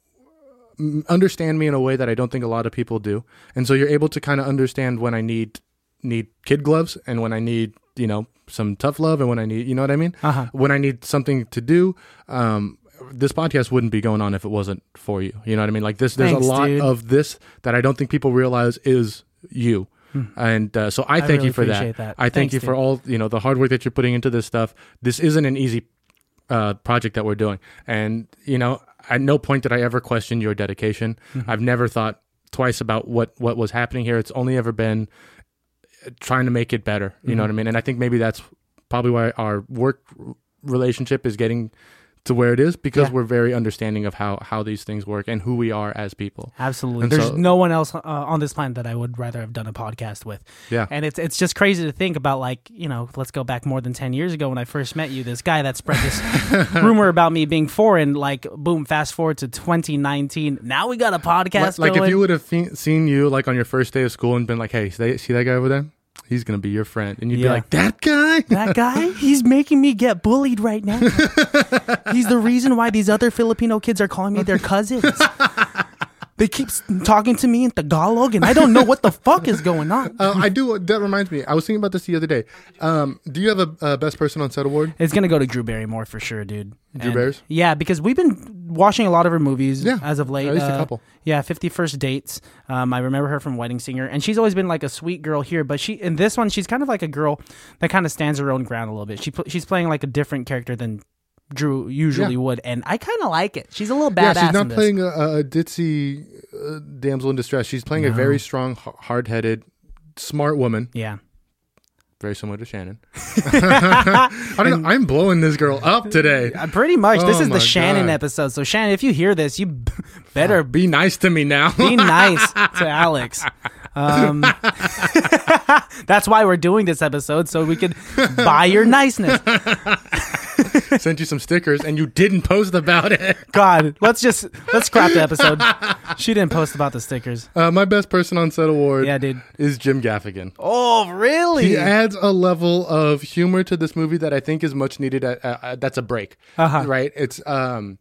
[SPEAKER 2] m- understand me in a way that I don't think a lot of people do, and so you're able to kind of understand when I need need kid gloves and when I need you know some tough love and when I need you know what I mean.
[SPEAKER 3] Uh-huh.
[SPEAKER 2] When I need something to do, um, this podcast wouldn't be going on if it wasn't for you. You know what I mean? Like this, there's
[SPEAKER 3] Thanks,
[SPEAKER 2] a lot
[SPEAKER 3] dude.
[SPEAKER 2] of this that I don't think people realize is you.
[SPEAKER 3] Hmm.
[SPEAKER 2] And uh, so I thank
[SPEAKER 3] really
[SPEAKER 2] you for
[SPEAKER 3] appreciate that.
[SPEAKER 2] that. I thank
[SPEAKER 3] Thanks,
[SPEAKER 2] you
[SPEAKER 3] dude.
[SPEAKER 2] for all you know the hard work that you're putting into this stuff. This isn't an easy uh, project that we're doing, and you know at no point did I ever question your dedication.
[SPEAKER 3] Mm-hmm.
[SPEAKER 2] I've never thought twice about what what was happening here. It's only ever been uh, trying to make it better. You
[SPEAKER 3] Mm-hmm.
[SPEAKER 2] know what I mean? And I think maybe that's probably why our work r- relationship is getting to where it is because
[SPEAKER 3] Yeah.
[SPEAKER 2] we're very understanding of how how these things work and who we are as people.
[SPEAKER 3] Absolutely.
[SPEAKER 2] And
[SPEAKER 3] There's
[SPEAKER 2] so-
[SPEAKER 3] no one else uh, on this planet that I would rather have done a podcast with.
[SPEAKER 2] Yeah.
[SPEAKER 3] And it's it's just crazy to think about like, you know, let's go back more than 10 years ago when I first met you, this guy that spread
[SPEAKER 2] (laughs)
[SPEAKER 3] this rumor about me being foreign like boom, fast forward to 2019. Now we got a podcast
[SPEAKER 2] like, like if
[SPEAKER 3] going.
[SPEAKER 2] you would have fe- seen you like on your first day of school and been like, "Hey, see that, see that guy over there? He's gonna be your friend," and you'd
[SPEAKER 3] Yeah.
[SPEAKER 2] be like, "That guy."
[SPEAKER 3] (laughs)
[SPEAKER 2] (laughs)
[SPEAKER 3] that guy, he's making me get bullied right now.
[SPEAKER 2] (laughs)
[SPEAKER 3] he's the reason why these other Filipino kids are calling me their cousins. They keep s- talking to me in Tagalog, and I don't know what the fuck is going on.
[SPEAKER 2] Uh, I do. That reminds me. I was thinking about this the other day. Um, do you have a, a best person on set award?
[SPEAKER 3] It's gonna go to Drew Barrymore for sure, dude.
[SPEAKER 2] Drew
[SPEAKER 3] And-
[SPEAKER 2] Barry's?
[SPEAKER 3] Yeah, because we've been watching a lot of her movies
[SPEAKER 2] Yeah,
[SPEAKER 3] as of late. uh,
[SPEAKER 2] at least a couple.
[SPEAKER 3] Yeah, Fifty First Dates. Um, I remember her from Wedding Singer, and she's always been like a sweet girl here. But she in this one, she's kind of like a girl that kind of stands her own ground a little bit. She pl- she's playing like a different character than Drew usually
[SPEAKER 2] Yeah.
[SPEAKER 3] would, and I kind of like it. She's a little badass.
[SPEAKER 2] yeah, she's
[SPEAKER 3] in
[SPEAKER 2] not
[SPEAKER 3] this.
[SPEAKER 2] playing a, a ditzy uh, damsel in distress. She's playing a very strong, h- hard-headed, smart woman.
[SPEAKER 3] Yeah.
[SPEAKER 4] Very similar to
[SPEAKER 3] (laughs)
[SPEAKER 4] Shannon.
[SPEAKER 2] I don't know. I'm blowing this girl up today.
[SPEAKER 3] Uh, Pretty much. this
[SPEAKER 2] Oh
[SPEAKER 3] is
[SPEAKER 2] my
[SPEAKER 3] the Shannon
[SPEAKER 2] God.
[SPEAKER 3] episode. So Shannon, if you hear this, you (laughs) b- better
[SPEAKER 2] Be nice to me now.
[SPEAKER 3] be nice to Alex. Um, (laughs) that's why we're doing this episode so we could buy your niceness.
[SPEAKER 2] (laughs) Sent you some stickers, and you didn't post
[SPEAKER 3] (laughs)
[SPEAKER 2] about it.
[SPEAKER 3] God, let's just let's scrap the episode. She didn't post about the stickers.
[SPEAKER 2] Uh, my best person on set award.
[SPEAKER 3] Yeah, dude.
[SPEAKER 2] Is Jim Gaffigan.
[SPEAKER 3] Oh, really?
[SPEAKER 2] He adds a level of humor to this movie that I think is much needed. At, uh, uh, that's a break,
[SPEAKER 3] Uh-huh.
[SPEAKER 2] right? It's um,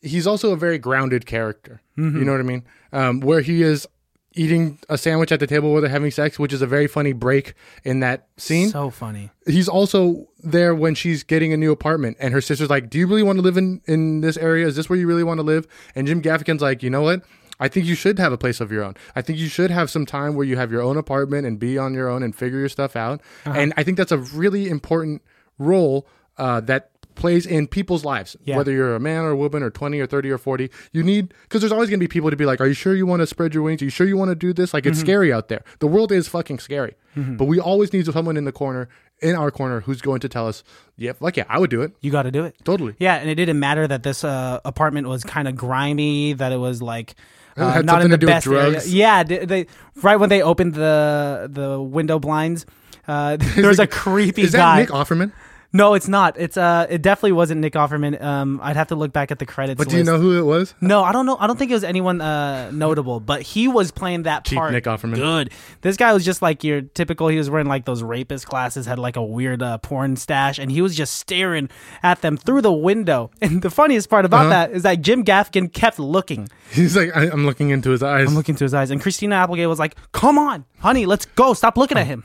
[SPEAKER 2] he's also a very grounded character. You know what I mean? Um, where he is eating a sandwich at the table where they're having sex, which is a very funny break in that scene.
[SPEAKER 3] So funny.
[SPEAKER 2] he's also there when she's getting a new apartment, and her sister's like, "Do you really want to live in in this area? Is this where you really want to live?" And Jim Gaffigan's like, "You know what?" I think you should have a place of your own. I think you should have some time where you have your own apartment and be on your own and figure your stuff out. And I think that's a really important role uh, that plays in people's lives, whether you're a man or a woman or 20 or 30 or 40. You need, because there's always going to be people to be like, Are you sure you want to spread your wings? Are you sure you want to do this? Like, it's scary out there. The world is fucking scary. But we always need someone in the corner, in our corner, who's going to tell us, Yeah, fuck yeah, I would do it.
[SPEAKER 3] You got to do it.
[SPEAKER 2] Totally.
[SPEAKER 3] Yeah, and it didn't matter that this uh, apartment was kind of grimy, that it was like uh,
[SPEAKER 2] had
[SPEAKER 3] not in
[SPEAKER 2] something
[SPEAKER 3] the
[SPEAKER 2] to do with
[SPEAKER 3] best area.
[SPEAKER 2] drugs.
[SPEAKER 3] Yeah, d- they, right when they opened the the window blinds, uh, (laughs) there was a creepy
[SPEAKER 2] Is that
[SPEAKER 3] guy.
[SPEAKER 2] Nick Offerman?
[SPEAKER 3] no, it's not. It's uh, it definitely wasn't Nick Offerman. Um, I'd have to look back at the credits.
[SPEAKER 2] But do you know who it was?
[SPEAKER 3] No, I don't know. I don't think it was anyone uh, notable, but he was playing that
[SPEAKER 2] Cheap
[SPEAKER 3] part.
[SPEAKER 2] Nick Offerman.
[SPEAKER 3] Good. This guy was just like your typical. He was wearing like those rapist glasses, had like a weird uh, porn stash, and he was just staring at them through the window. (laughs) And the funniest part
[SPEAKER 2] Uh-huh.
[SPEAKER 3] about that is that Jim Gaffigan kept looking,
[SPEAKER 2] (laughs) He's like, I, I'm looking into his eyes.
[SPEAKER 3] looking to his eyes, and Christina Applegate was like, "Come on, honey, let's go. Stop looking at him."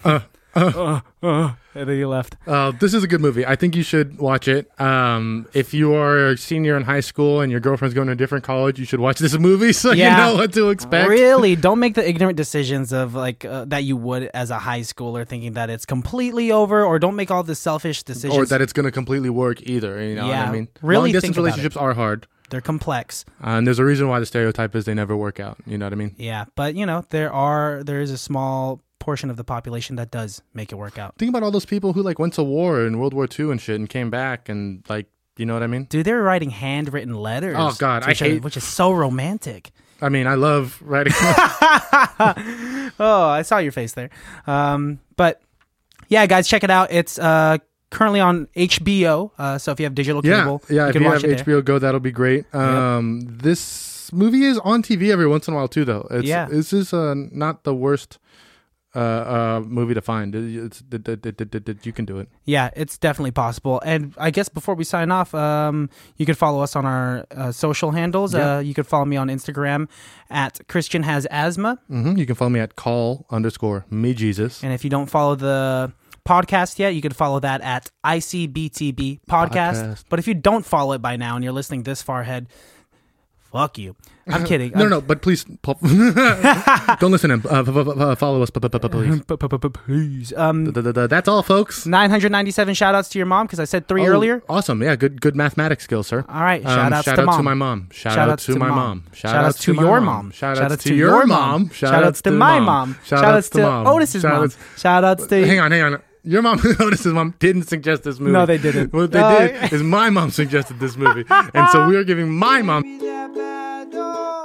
[SPEAKER 3] Uh, uh. And then he left.
[SPEAKER 2] Uh, this is a good movie. I think you should watch it. Um, if you are a senior in high school and your girlfriend's going to a different college, you should watch this movie (laughs) so
[SPEAKER 3] Yeah.
[SPEAKER 2] you know what to expect.
[SPEAKER 3] Really, don't make the ignorant decisions of like uh, that you would as a high schooler, thinking that it's completely over, or don't make all the selfish decisions.
[SPEAKER 2] Or that it's going to completely work either. You know what
[SPEAKER 3] Yeah.
[SPEAKER 2] I mean?
[SPEAKER 3] Really
[SPEAKER 2] Long
[SPEAKER 3] think
[SPEAKER 2] distance
[SPEAKER 3] about it.
[SPEAKER 2] relationships are hard.
[SPEAKER 3] They're complex.
[SPEAKER 2] uh, and there's a reason why the stereotype is they never work out. You know what I mean?
[SPEAKER 3] Yeah, but you know there are there is a small portion of the population that does make it work out.
[SPEAKER 2] Think about all those people who like went to war in World War II and shit and came back and like, you know what I mean?
[SPEAKER 3] Dude, they're writing handwritten letters.
[SPEAKER 2] Oh, God, I
[SPEAKER 3] which are-
[SPEAKER 2] hate-
[SPEAKER 3] which is so romantic.
[SPEAKER 2] I mean, I love writing.
[SPEAKER 3] Oh, I saw your face there. Um, but yeah, guys, check it out. It's uh currently on HBO. Uh, so if you have digital (laughs)
[SPEAKER 2] yeah,
[SPEAKER 3] cable,
[SPEAKER 2] yeah.
[SPEAKER 3] you
[SPEAKER 2] If
[SPEAKER 3] can
[SPEAKER 2] you
[SPEAKER 3] watch
[SPEAKER 2] have
[SPEAKER 3] it there.
[SPEAKER 2] HBO Go, that'll be great. Um, This movie is on TV every once in a while too, though. It's,
[SPEAKER 3] Yeah.
[SPEAKER 2] this is uh, not the worst uh, uh, movie to find. It's, d- d- d- d- d- d- you can do it.
[SPEAKER 3] Yeah, it's definitely possible. And I guess before we sign off, um, you could follow us on our uh, social handles. Uh, you could follow me on Instagram at Christian Has Asthma.
[SPEAKER 2] hmm You can follow me at call underscore me Jesus.
[SPEAKER 3] And if you don't follow the podcast yet, you could follow that at ICBTB podcast.
[SPEAKER 2] Podcast.
[SPEAKER 3] But if you don't follow it by now and you're listening this far ahead, fuck you.
[SPEAKER 2] (laughs)
[SPEAKER 3] I'm kidding. Um,
[SPEAKER 2] No, no, no, but please pop- (laughs) don't listen and uh, f- f- f- follow us, p- p-
[SPEAKER 3] (laughs)
[SPEAKER 2] p- please.
[SPEAKER 3] Please. Um,
[SPEAKER 2] D- d- d- That's all, folks.
[SPEAKER 3] 997 shout outs to your mom because I said three
[SPEAKER 2] Oh,
[SPEAKER 3] earlier.
[SPEAKER 2] awesome. Yeah, good, good mathematics skills, sir. Um,
[SPEAKER 3] All right. Shout outs
[SPEAKER 2] shout
[SPEAKER 3] to
[SPEAKER 2] out
[SPEAKER 3] mom.
[SPEAKER 2] to my mom. Shout, out to, my mom.
[SPEAKER 3] Shout outs to
[SPEAKER 2] my
[SPEAKER 3] your mom.
[SPEAKER 2] Shout outs to your mom.
[SPEAKER 3] Shout outs to my mom. Shout outs to
[SPEAKER 2] mom.
[SPEAKER 3] Otis's
[SPEAKER 2] Shout
[SPEAKER 3] mom.
[SPEAKER 2] outs-
[SPEAKER 3] Shout outs to
[SPEAKER 2] Hang on, hang on. Your mom, (laughs) Otis's mom, didn't suggest this movie.
[SPEAKER 3] No, they didn't.
[SPEAKER 2] What they
[SPEAKER 3] Uh, (laughs)
[SPEAKER 2] did is my mom suggested this movie, and so we are giving my mom
[SPEAKER 1] Be that bad, oh.